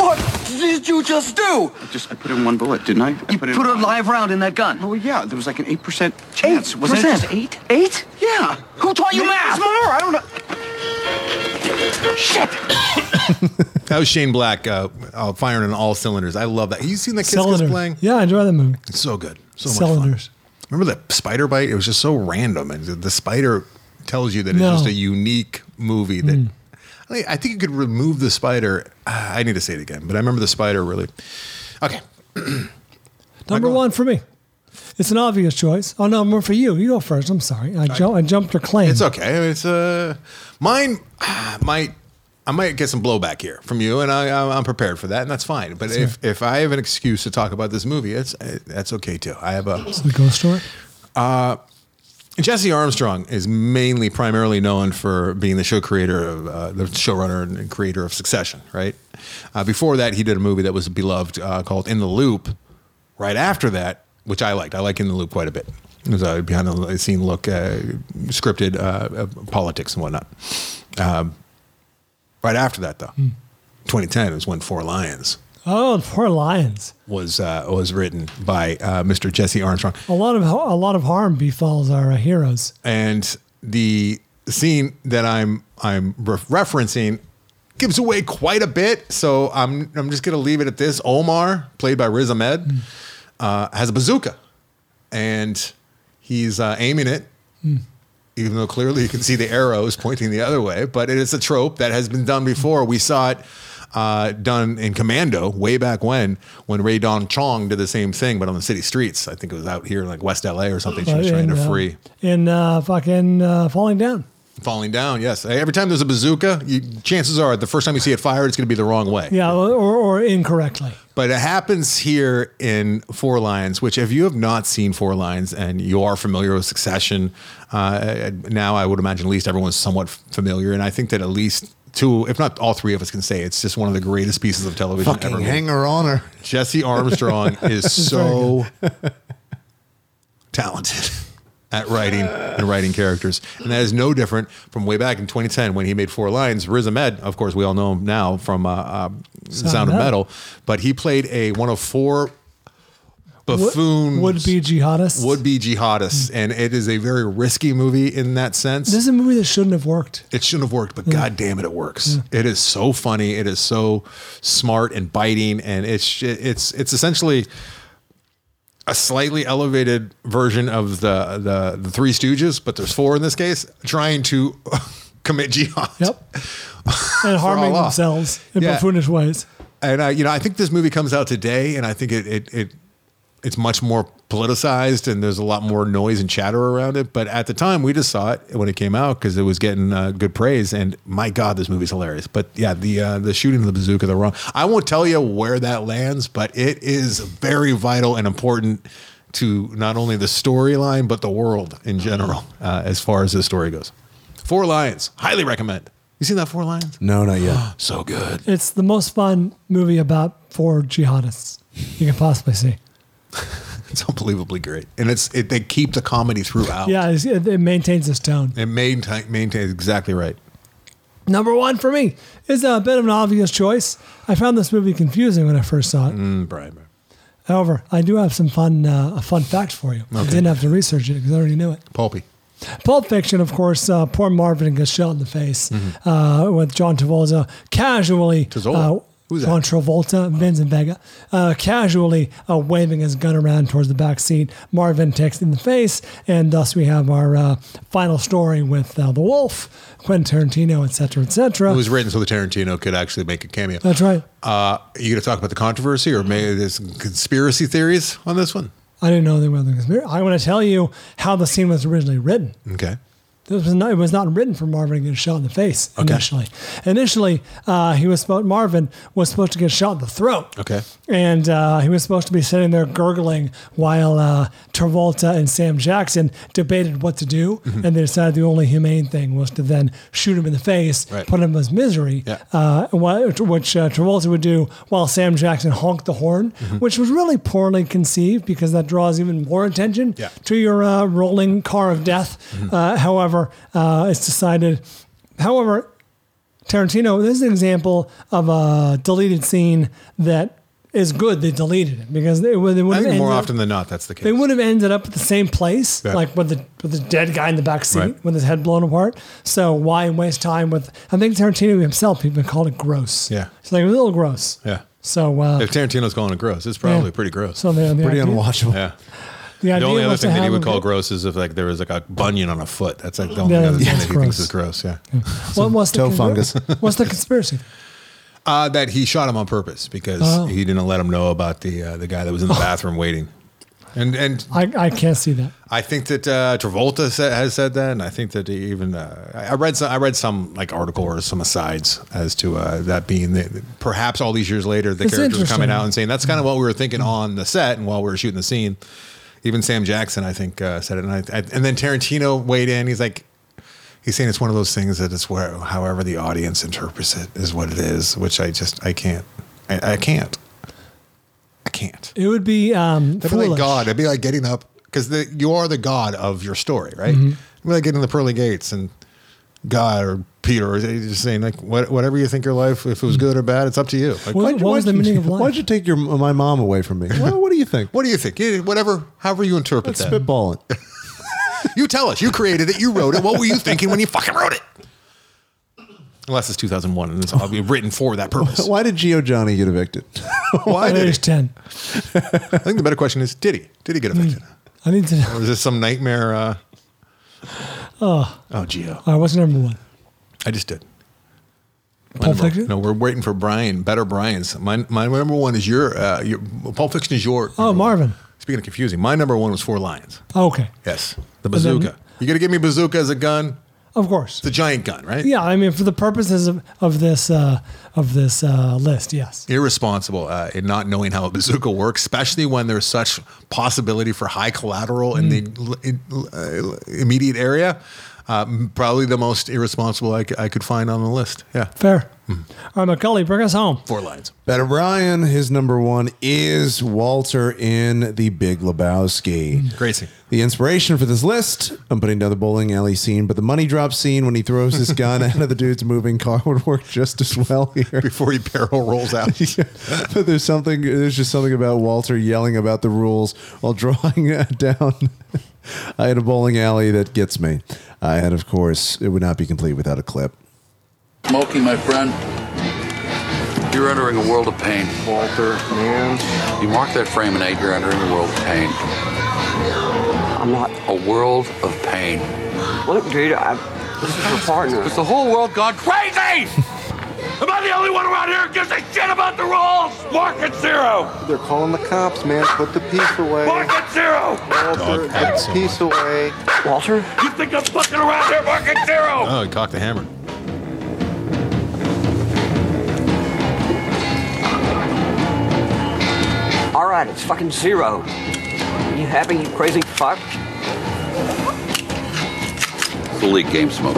What did you just do? I just I put in one bullet, didn't I? I you put, put a live round in that gun. Oh yeah, there was like an eight percent chance. Wasn't it just eight? Eight? Yeah. Who taught you Maybe math? it's more, I don't know. Shit! That was Shane Black uh, uh, firing on all cylinders. I love that. You seen the Kiss Kiss Cylinder. playing? Yeah, I enjoy that movie. It's so good. So much fun. Cylinders. Remember the spider bite? It was just so random, and the- the spider tells you that it's No. just a unique movie. That Mm. I think- I think you could remove the spider. Ah, I need to say it again, but I remember the spider really. Okay, Number one for me. It's an obvious choice. Oh no, more for you. You go first. I'm sorry. I, ju- I jumped your claim. it's okay. It's uh, mine ah, might. I might get some blowback here from you, and I, I'm- I'm prepared for that, and that's fine. But Sure. if, if I have an excuse to talk about this movie, it's eh, that's okay too. I have a It's the ghost story. Uh, Jesse Armstrong is mainly, primarily known for being the show creator of uh, the showrunner and creator of Succession. Right uh, before that, he did a movie that was beloved uh, called In the Loop. Right after that, which I liked, I like In the Loop quite a bit. It was a behind the scene look, uh, scripted uh, uh, politics and whatnot. Um, right after that, though, 2010 is when Four Lions Oh, the poor lions. was uh, was written by uh, Mr. Jesse Armstrong. A lot of ho- a lot of harm befalls our uh, heroes. and the scene that I'm I'm re- referencing gives away quite a bit. So I'm I'm just gonna leave it at this. Omar, played by Riz Ahmed, uh, has a bazooka, and he's uh, aiming it. Even though clearly you can see the arrows pointing the other way, but it is a trope that has been done before. We saw it uh, done in Commando way back when, when Ray Don Chong did the same thing, but on the city streets. I think it was out here in like West LA or something. She was Right, trying to and, uh, free In uh, fucking uh, falling down. Falling down, yes. Every time there's a bazooka, you, chances are the first time you see it fired, it's going to be the wrong way. Yeah, or, or incorrectly. But it happens here in Four Lions, which if you have not seen Four Lions and you are familiar with Succession, uh, now I would imagine at least everyone's somewhat familiar, and I think that at least two, if not all three of us, can say it's just one of the greatest pieces of television Fucking ever. made. hanger on her. Jesse Armstrong is It's so talented at writing and writing characters. And that is no different from way back in 2010 when he made Four Lines. Riz Ahmed, of course, we all know him now from uh, uh, Sound, of Metal, but he played a one of four buffoon Would be jihadists. would be jihadists. And it is a very risky movie in that sense. This is a movie that shouldn't have worked. It shouldn't have worked, but god damn it, it works. It is so funny. It is so smart and biting, and it's it's it's essentially a slightly elevated version of the the, the Three Stooges, but there's four in this case, trying to commit jihad. Yep. And harming Allah. themselves in Yeah. buffoonish ways. And I, you know, I think this movie comes out today, and I think it it, it it's much more politicized, and there's a lot more noise and chatter around it. But at the time, we just saw it when it came out because it was getting uh, good praise, and my God, this movie's hilarious. But yeah, the uh, the shooting of the bazooka, the wrong. I won't tell you where that lands, but it is very vital and important to not only the storyline but the world in general, uh, as far as the story goes. Four Lions, highly recommend. You seen that Four Lions? No, not yet. so good. It's the most fun movie about four jihadists you can possibly see. It's unbelievably great, and it's it, they keep the comedy throughout. Yeah, it's, it, it maintains its tone. it maintain, maintains exactly right. Number one for me is a bit of an obvious choice. I found this movie confusing when I first saw it. Mm, Brian, However, I do have some fun uh, a fun fact for you. I Okay. didn't have to research it because I already knew it. pulpy. Pulp Fiction, of course, uh, poor Marvin gets shot in the face uh, with John Travolta casually. Mm-hmm. Travolta? Uh, Who's that? John Travolta, Vincent Vega, uh, casually uh, waving his gun around towards the back seat. Marvin takes it in the face, and thus we have our uh, final story with uh, the Wolf, Quentin Tarantino, et cetera, et cetera. It was written so the Tarantino could actually make a cameo. That's right. Uh, are you going to talk about the controversy or maybe there's some conspiracy theories on this one? I didn't know they were the conspiracy. I want to tell you how the scene was originally written. Okay. This was not, it was not written for Marvin to get shot in the face initially. Initially, uh, he was supposed, Marvin was supposed to get shot in the throat, Okay. and uh, he was supposed to be sitting there gurgling while uh, Travolta and Sam Jackson debated what to do, Mm-hmm. and they decided the only humane thing was to then shoot him in the face, Right. put him in his misery, Yeah. uh, wha- which uh, Travolta would do while Sam Jackson honked the horn, Mm-hmm. which was really poorly conceived because that draws even more attention Yeah. Mm-hmm. to your uh, rolling car of death. Uh, however, uh, it's decided. However, Tarantino, this is an example of a deleted scene that is good. They deleted it because they would. They would I have think more ended up- often than not, that's the case. uh, they would have ended up at the same place, Yeah. like with the with the dead guy in the back seat Right. with his head blown apart. So why waste time with? I think Tarantino himself even called it gross. Yeah. it's like a little gross. Yeah. So uh, if Tarantino's calling it gross, it's probably Yeah. pretty gross. So the- the Pretty idea- unwatchable. Yeah. the The, idea only other was to thing that he have would a- call gross is if like there was like a bunion on a foot. That's like the only Yeah, other thing that's that he thinks is gross. Yeah. what was the toe conspira- fungus. What's the conspiracy? Uh, that he shot him on purpose because Oh. he didn't let him know about the uh, the guy that was in the bathroom waiting. And and I, I can't see that. I think that uh, Travolta sa has said that, and I think that even uh, I I read some I read some like article or some asides as to uh, that being the, perhaps all these years later the It's characters coming interesting. Mm-hmm. out and saying that's kind of what we were thinking on the set and while we were shooting the scene. Even Sam Jackson, I think, uh, said it, and, I, I, and then Tarantino weighed in. He's like, he's saying it's one of those things that it's where however the audience interprets it is what it is, which I just I can't I, I can't I can't. It would be um, That'd be foolish. like God. It'd be like getting up because you are the God of your story, right? Mhm. It'd be like getting the pearly gates and God or Peter is just saying like what, whatever you think your life, if Mm. it was good or bad, it's up to you. Like, What- why'd- what was why'd the you- meaning of life? Why'd you take your my mom away from me? Well, what do you think? What do you think? Yeah, Whatever, however you interpret Let's that. spitball it. You tell us. You created it. You wrote it. What were you thinking when you fucking wrote it? Unless it's 2001 and it's all be written for that purpose. Why did Gio Johnny get evicted? Why At did age he? ten, I think the better question is, did he? Did he get Mm. evicted? I need to. know. Or is this some nightmare? Uh, Oh, oh, Geo. all right. What's number one? I just did. My Pulp number- Fiction? No, we're waiting for Brian. Better Brian's. My, my number one is your, uh, your. Pulp Fiction is your. Oh, Marvin. Speaking of confusing, my number one was Four Lions. Okay, Yes, the But then- bazooka. you gonna give me bazooka as a gun? of course. It's a giant gun, right? Yeah, I mean, for the purposes of of this uh, of this uh, list, yes. Irresponsible uh, in not knowing how a bazooka works, especially when there's such possibility for high collateral in Hmm. the in, uh, immediate area. Uh, probably the most irresponsible I c- I could find on the list. Yeah, Hmm. Fair. All right, Macaulay, bring us home. four lines. Better Brian, his number one is Walter in The Big Lebowski. Great scene. The inspiration for this list, I'm putting down the bowling alley scene, but the money drop scene when he throws his gun out of the dude's moving car would work just as well here. Before he barrel rolls out. Yeah. But there's something, there's just something about Walter yelling about the rules while drawing uh, down. I had a bowling alley that gets me. I had, of course, it would not be complete without a clip. Smokey, my friend. You're entering a world of pain. Walter, man. You mark that frame and eight, you're entering a world of pain. I'm not. A world of pain. Look, dude, I, This is her partner. It's the whole world gone crazy! Am I the only one around here who gives a shit about the rules? Market zero! They're calling the cops, man. Put the piece away. Market zero! Walter, put the piece away. Walter? You think I'm fucking around here, market zero? Oh, he cocked the hammer. All right, it's fucking zero. You happy, you crazy fuck? The league game smoke.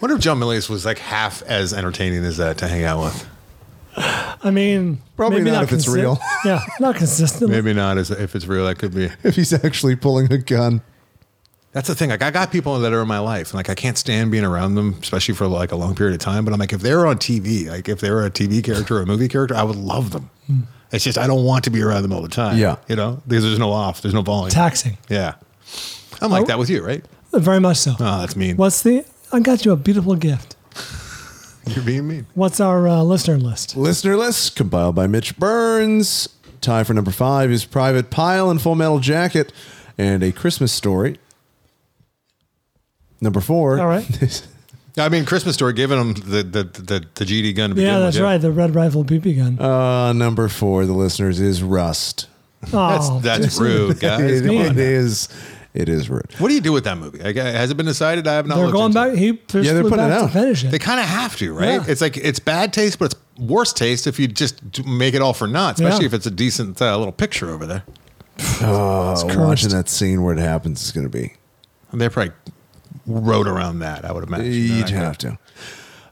Wonder if John Milius was like half as entertaining as that to hang out with. I mean, Probably maybe not if it's consi- real. Yeah, not consistent. Maybe not as if it's real. That could be. If he's actually pulling a gun. That's the thing. Like I got people that are in my life, and like I can't stand being around them, especially for like a long period of time. But I'm like, if they're on TV, like if they're a TV character or a movie character, I would love them. Hmm. It's just I don't want to be around them all the time. Yeah. you know, because there's no off, there's no volume. Taxing. Yeah, I'm Oh. like that with you, right? Very much so. Oh, that's mean. What's the? I got you a beautiful gift. You're being mean. What's our uh, listener list? Listener list compiled by Mitch Burns. Tie for number five is Private Pile and Full Metal Jacket and A Christmas Story. Number four. All right. I mean, Christmas story giving them the the the, the GD gun to begin Yeah, with. that's right. The red rifle BB gun. uh, number four, the listeners, is Rust. Oh, That's- that's rude, guys. It- Come on it now. is. It is rude. What do you do with that movie? Like, has it been decided? I have not. they're going looked into it. back. He Yeah, they're flew putting it back out. to finish it. They kind of have to, right? Yeah. It's like it's bad taste, but it's worse taste if you just d- make it all for naught, especially Yeah. if it's a decent uh, little picture over there. Oh, It's watching cursed. that scene where it happens is going to be. And they probably wrote around that, I would imagine. You'd have to.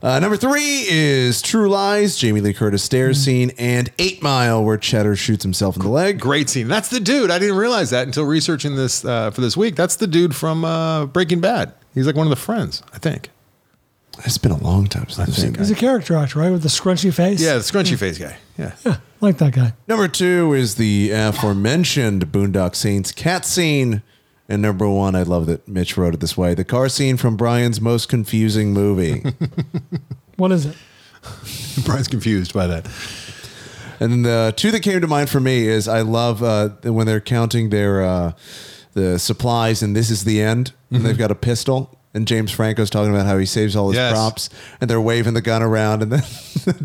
Uh, number three is True Lies, Jamie Lee Curtis stairs scene, and Eight Mile, where Cheddar shoots himself in the leg. Great scene. That's the dude. I didn't realize that until researching this uh, for this week. That's the dude from uh, Breaking Bad. He's like one of the friends, I think. It's been a long time since I've seen. He's a character actor, right, with the scrunchy face. Yeah, the scrunchy face guy. Yeah. like that guy. Number two is the aforementioned Boondock Saints cat scene. And number one, I love that Mitch wrote it this way the car scene from Brian's most confusing movie. What is it? Brian's confused by that. And then the two that came to mind for me is I love uh, when they're counting their uh, the supplies, and this is the end. Mm-hmm. And they've got a pistol, and James Franco's talking about how he saves all his Yes. props, and they're waving the gun around, and then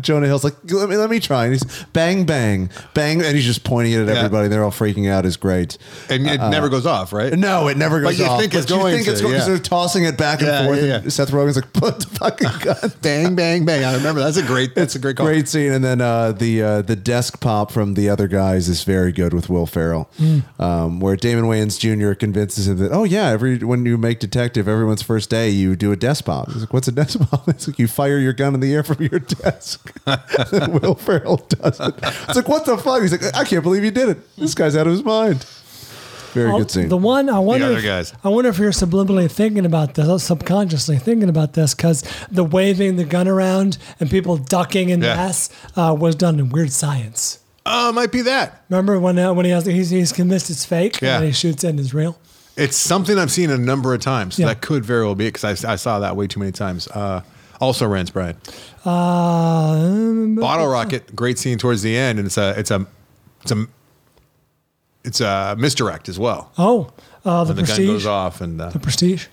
Jonah Hill's like, "Let me, let me try," and he's bang, bang, bang, and he's just pointing it at everybody. They're all freaking out. Is great, And it Uh, never goes off, right? No, it never goes But you off. think it's But you going think it's to, going- 'cause yeah. they're tossing it back and Yeah, forth. yeah, And Seth Rogen's like, "Put the fucking gun!" bang, bang, bang. I remember that's a great. That's a great call. Great scene, and then uh, the uh, the desk pop from the other guys is very good with Will Ferrell, Mm. um, where Damon Wayans Jr. convinces him that oh yeah, every when you make detective, everyone's first day you do a desk pop. He's like, what's a desk pop? It's like you fire your gun in the air from your desk. Will Ferrell does it. It's like what the fuck? He's like, I can't believe you did it. This guy's out of his mind. Very Oh, good scene. The one I wonder, other if, guys. I wonder if you're subliminally thinking about this, or subconsciously thinking about this, because the waving the gun around and people ducking in Yeah. mass uh, was done in Weird Science. Oh, it might be that. Remember when uh, when he has he's, he's convinced it's fake Yeah. and he shoots it and it's real. It's something I've seen a number of times. so Yeah. That could very well be because I, I saw that way too many times. Uh, also, Rance Bryant. Uh, Bottle Rocket, great scene towards the end, and it's a it's a it's a it's a misdirect as well. Oh, uh, the, when the prestige. gun goes off and uh, The prestige.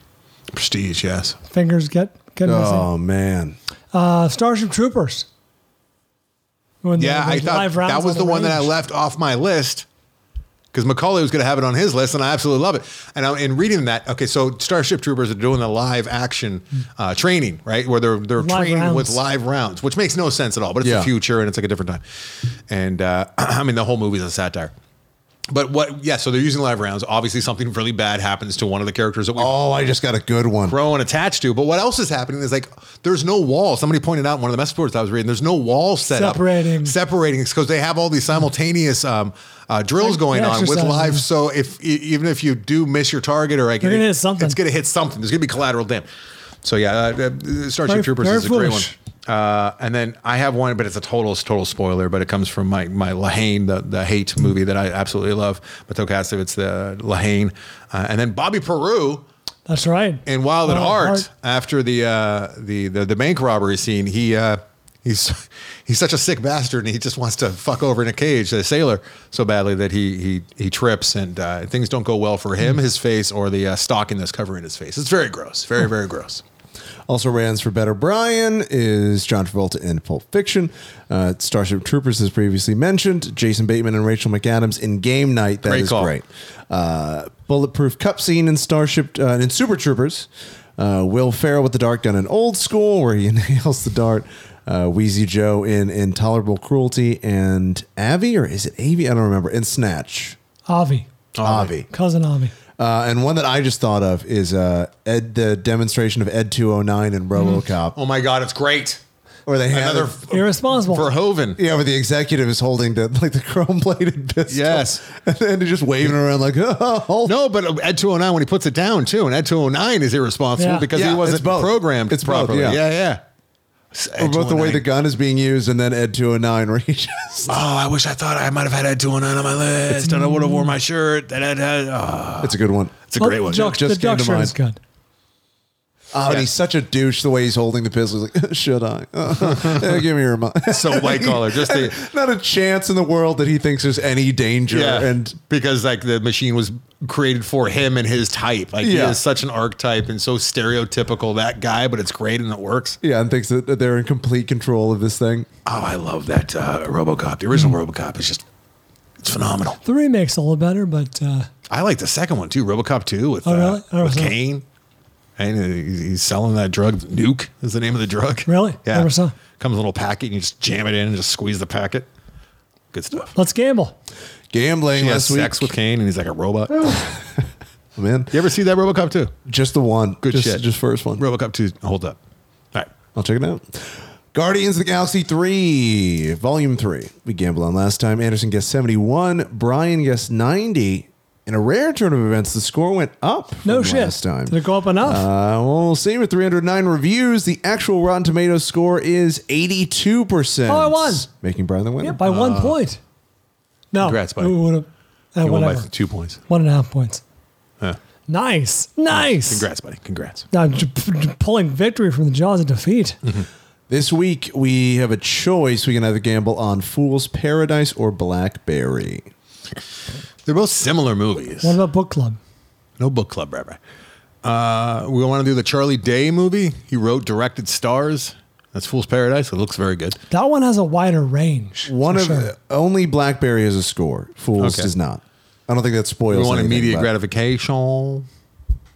prestige, yes. Fingers get get missing. Oh, man, Uh, Starship Troopers. When they- yeah, I those thought live rounds that was on the, one that I range. left off my list because Macaulay was going to have it on his list, and I absolutely love it. And I'm in reading that. Okay, so Starship Troopers are doing the live action uh, training, right? Where they're they're Hmm. Live training with rounds. live rounds, which makes no sense at all. But it's Yeah. the future, and it's like a different time. And uh, I mean, the whole movie's a satire. But what? Yeah, so they're using live rounds. Obviously, something really bad happens to one of the characters that we. Oh, I just got a good one. Grown attached to. But what else is happening is like there's no wall. Somebody pointed out in one of the message boards I was reading. There's no wall set Separating. up, separating, because they have all these simultaneous um, uh, drills Like going on with exercises. live. So if e- even if you do miss your target or I You're gonna hit something. it's gonna hit something. There's gonna be collateral damage. So yeah, uh, uh, Starship Very- Troopers very is a great one. foolish. Uh, and then I have one, but it's a total total spoiler. But it comes from my my Lahane, the the hate movie that I absolutely love. But Tokasov, it's the Lahane, uh, and then Bobby Peru That's right. Oh, in Wild at Wild at Heart Heart. after the uh, the the the bank robbery scene. He uh, he's he's such a sick bastard, and he just wants to fuck over in a cage a sailor so badly that he he he trips, and uh, things don't go well for Hmm. him, his face, or the uh, stocking that's covering his face. It's very gross, Hmm. very very gross. Also, Rands for Better Brian is John Travolta in Pulp Fiction. Uh, Starship Troopers, as previously mentioned. Jason Bateman and Rachel McAdams in Game Night. That is Great great call. Uh, bulletproof cup scene in Starship uh, in Super Troopers. Uh, Will Ferrell with the dart gun in Old School, where he nails the dart. Uh, Wheezy Joe in Intolerable Cruelty and Avi, or is it Avi? I don't remember. In Snatch. Avi, Avi. cousin Avi. Uh, and one that I just thought of is uh, Ed, the demonstration of Ed 209 and RoboCop. Oh my god, it's great. Or they have Another irresponsible Verhoeven. Yeah, where the executive is holding the like the chrome bladed pistol. Yes, and then he's just waving around like, oh. No, but Ed 209 when he puts it down too, and Ed 209 is irresponsible Yeah. because Yeah, he it's wasn't both. programmed It's both, properly. yeah. yeah, yeah. Or both the way the gun is being used and then Ed 209 where he just Oh, I wish I thought I might have had Ed 209 on my list, and I would have worn my shirt. Da, da, da. Oh. It's a good one. It's a great one. It just came to mind. good. Oh, and he's such a douche the way he's holding the pistol. He's like, should I? Uh, give me your mind. So white collar, just the- not a chance in the world that he thinks there's any danger. Yeah, And and because like the machine was created for him and his type. Like he Yeah. is such an archetype and so stereotypical that guy, but it's great and it works. yeah, and thinks that they're in complete control of this thing. Oh, I love that uh, RoboCop. The original RoboCop is just it's phenomenal. The remake's a little better, but uh, I like the second one too, RoboCop 2 with, Oh, really? uh, I with was not- Kane. And uh, he's he's selling that drug. Nuke is the name of the drug. Really? Yeah. Never saw. Comes in a little packet and you just jam it in and just squeeze the packet. Good stuff. let's gamble. Gambling She last has week. sex with Kane and he's like a robot. Man, you ever see that RoboCop 2? Just the one. Good just, shit. Just first one. RoboCop 2 hold up. All right. I'll check it out. Guardians of the Galaxy 3, Volume 3. We gambled on last time. Anderson guessed 71, Brian guessed 90. In a rare turn of events, the score went up. No from shit. Last time. Did it go up enough? Uh, well, same with 309 reviews. The actual Rotten Tomatoes score is 82%. Oh, I won. Making Brian the winner. Yeah, by one point. No, uh, congrats, buddy. we would've- uh, You won by whatever. two points. One and a half points. Yeah. Nice, nice. Congrats, buddy. Congrats. Now, j- p- j- pulling victory from the jaws of defeat. This week, we have a choice. We can either gamble on Fool's Paradise or Blackberry. They're both similar movies. What about book club? No book club, right? right. Uh, we want to do the Charlie Day movie. He wrote, directed Stars. That's Fool's Paradise. It looks very good. That one has a wider range. One for of sure. only BlackBerry is a score. Fools Okay. does not. I don't think that we spoils. want anything, immediate but- gratification.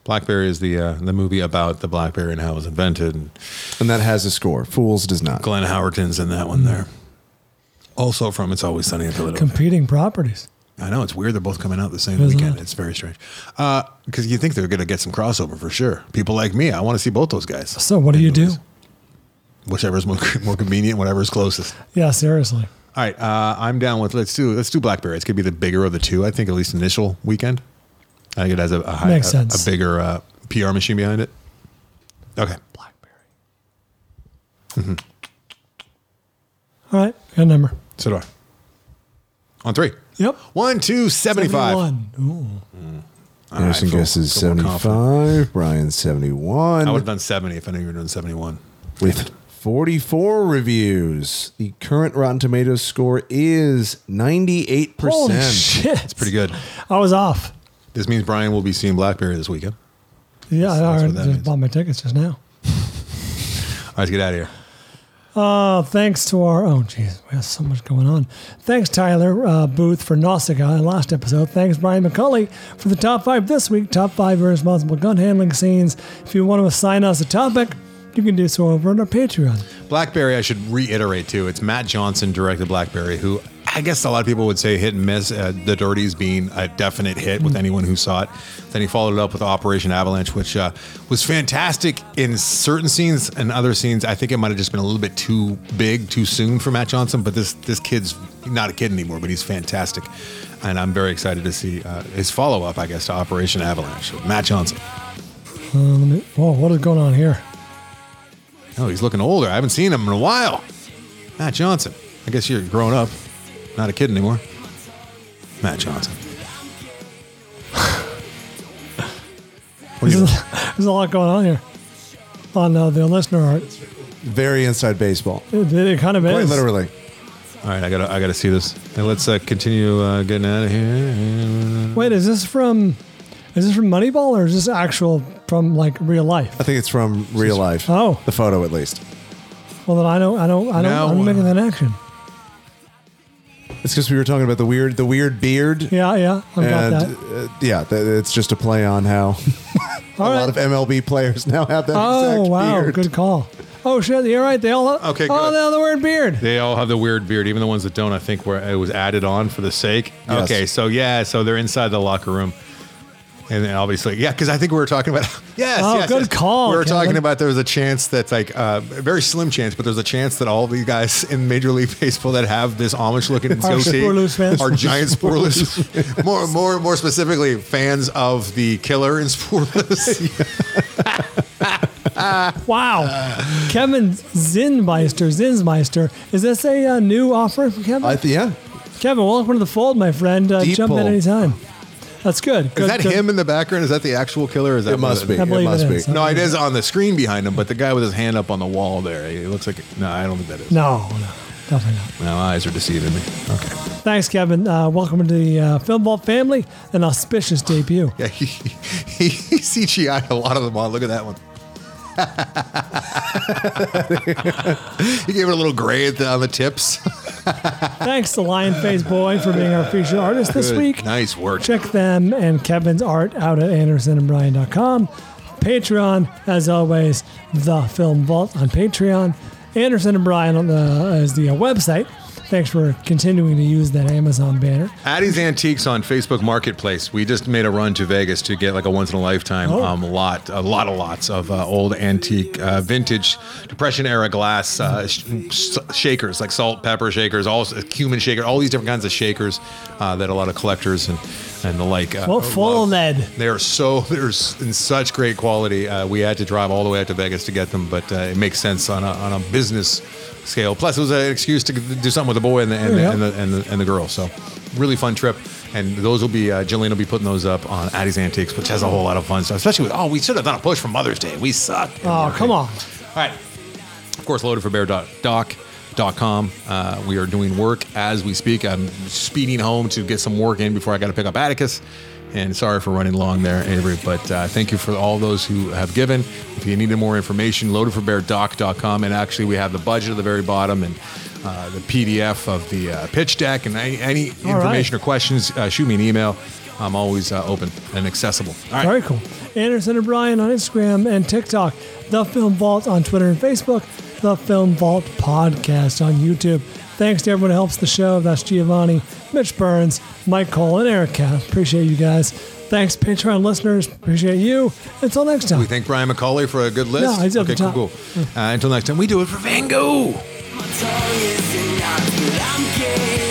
Blackberry is the uh, the movie about the BlackBerry and how it was invented. And and that has a score. Fools does not. Glenn Howerton's in that one there. Also from It's Always Sunny in Philadelphia. competing properties. I know it's weird. They're both coming out the same Isn't weekend. it? It's very strange. Because you think they're going to get some crossover for sure. People like me, I want to see both those guys. So, what do you do? Whichever's more, more convenient, whatever's closest. Yeah, seriously. All right, uh, I'm down with let's do let's do BlackBerry. It's gonna be the bigger of the two, I think, at least initial weekend. I think it has a a, high, Makes a, sense. a bigger uh, PR machine behind it. Okay, All right, got a number. so do I. On three. Yep. One, two, seventy-five. One. Ooh. Anderson All right, guesses feel- feel more 75, Brian I would 71. have done seventy if I knew you were doing seventy-one. With 44 reviews, the current Rotten Tomatoes score is 98%. Holy shit. It's pretty good. I was off. This means Brian will be seeing BlackBerry this weekend. Yeah, I that's what already that just means. bought my tickets just now. All right, let's get out of here. Uh, thanks to our oh jeez, we have so much going on. Thanks Tyler uh, Booth for Nausicaa in last episode. Thanks Brian McCulley for the top five this week. Top five irresponsible gun handling scenes. If you want to assign us a topic, you can do so over on our Patreon. Blackberry, I should reiterate too. It's Matt Johnson directed Blackberry, who I guess a lot of people would say hit and miss. Uh, the Dirties being a definite hit with anyone who saw it. Then he followed it up with Operation Avalanche, which uh, was fantastic in certain scenes and other scenes. I think it might have just been a little bit too big too soon for Matt Johnson, but this this kid's not a kid anymore, but he's fantastic, and I'm very excited to see uh, his follow up. I guess to Operation Avalanche, with Matt Johnson. Uh, let me, whoa, what is going on here? Oh, he's looking older. I haven't seen him in a while. Matt Johnson. I guess you're grown up, not a kid anymore. Matt Johnson. What do There's you a, there's a lot going on here on uh, the Oh, listener art. Very inside baseball. It, it kind of Quite is. literally. All right, I gotta, I gotta see this. And let's uh, continue uh, getting out of here. Wait, is this from? Is this from Moneyball or is this actual from like real life? I think it's from real life. Oh, the photo at least. Well, then I don't. I don't. I don't. No, I'm making that action. It's because we were talking about the weird, the weird beard. Yeah, yeah, I got and that. Uh, yeah, th- it's just a play on how a lot of MLB players now have that Oh exact wow, beard. good call. Oh shit, you're right. They all. Okay, Oh, good. they all the word beard. They all have the weird beard, even the ones that don't. I think where it was added on for the sake. Yes. Okay, so yeah, so they're inside the locker room, and then obviously, yeah, because I think we were talking about. yes, Oh, yes, good yes. call. We were Kevin. talking about there was a chance that like uh, a very slim chance, but there's a chance that all these guys in Major League Baseball that have this Amish looking Are goatee Spoorloos fans. are giant Sporlus. more, more, more specifically, fans of the killer in Sporlus. Wow, Kevin Zinsmeister. Zinsmeister. Is this a uh, new offer for Kevin? I th- yeah. Kevin, welcome to the fold, my friend. Uh, Deep jump in pull. any time. That's good. good Is that good. him in the background? Is that the actual killer? Is that It must be. I It believe it must be. is. No, it is on the screen behind him, but the guy with his hand up on the wall there. It looks like. No, I don't think that is. No, no, definitely not. My eyes are deceiving me. Okay. Thanks, Kevin. Uh, welcome to the uh, Film Vault family. An auspicious debut. Yeah, he, he, he CGI'd a lot of them on. Look at that one. he gave it a little gray at the, on the tips. Thanks to Lionface Boy for being our featured artist this Good. week. Nice work. Check them and Kevin's art out at andersonandbrian.com. Patreon, as always, The Film Vault on Patreon. Anderson and Brian on the, is the uh, website. Thanks for continuing to use that Amazon banner. Addie's Antiques on Facebook Marketplace. We just made a run to Vegas to get like a once in a lifetime Oh. um, lot, a lot of lots of uh, old antique, uh, vintage Depression era glass uh, sh- sh- shakers, like salt, pepper shakers, all cumin shaker, all these different kinds of shakers uh, that a lot of collectors and and the like. Uh, Well, full lead. They are so they're s- in such great quality. Uh, we had to drive all the way out to Vegas to get them, but uh, it makes sense on a, on a business scale. Plus, it was an excuse to do something with the boy and the and, Yeah. the, and, the, and, the, and the girl. So, really fun trip. And those will be uh, Jillian will be putting those up on Addie's Antiques, which has a whole lot of fun stuff. Especially with oh, we should have done a push for Mother's Day. We suck. Oh, come on. All right. Of course, loadedforbear.doc.com. Uh, we are doing work as we speak. I'm speeding home to get some work in before I got to pick up Atticus. And sorry for running long there, Avery, but uh, thank you for all those who have given. If you needed more information, loadedforbeardoc.com. And actually, we have the budget at the very bottom and uh, the PDF of the uh, pitch deck and any, any All right. information or questions, uh, shoot me an email. I'm always uh, open and accessible. All right. Very cool. Anderson and Brian on Instagram and TikTok. The Film Vault on Twitter and Facebook. The Film Vault podcast on YouTube. Thanks to everyone who helps the show. That's Giovanni, Mitch Burns, Mike Cole, and Eric Kath. Appreciate you guys. Thanks, Patreon listeners. Appreciate you. Until next time. We thank Brian McCauley for a good Uh, list. No, he's up okay, the top. cool, cool. Uh, until next time, we do it for Van Gogh. My tongue is an art, but I'm gay.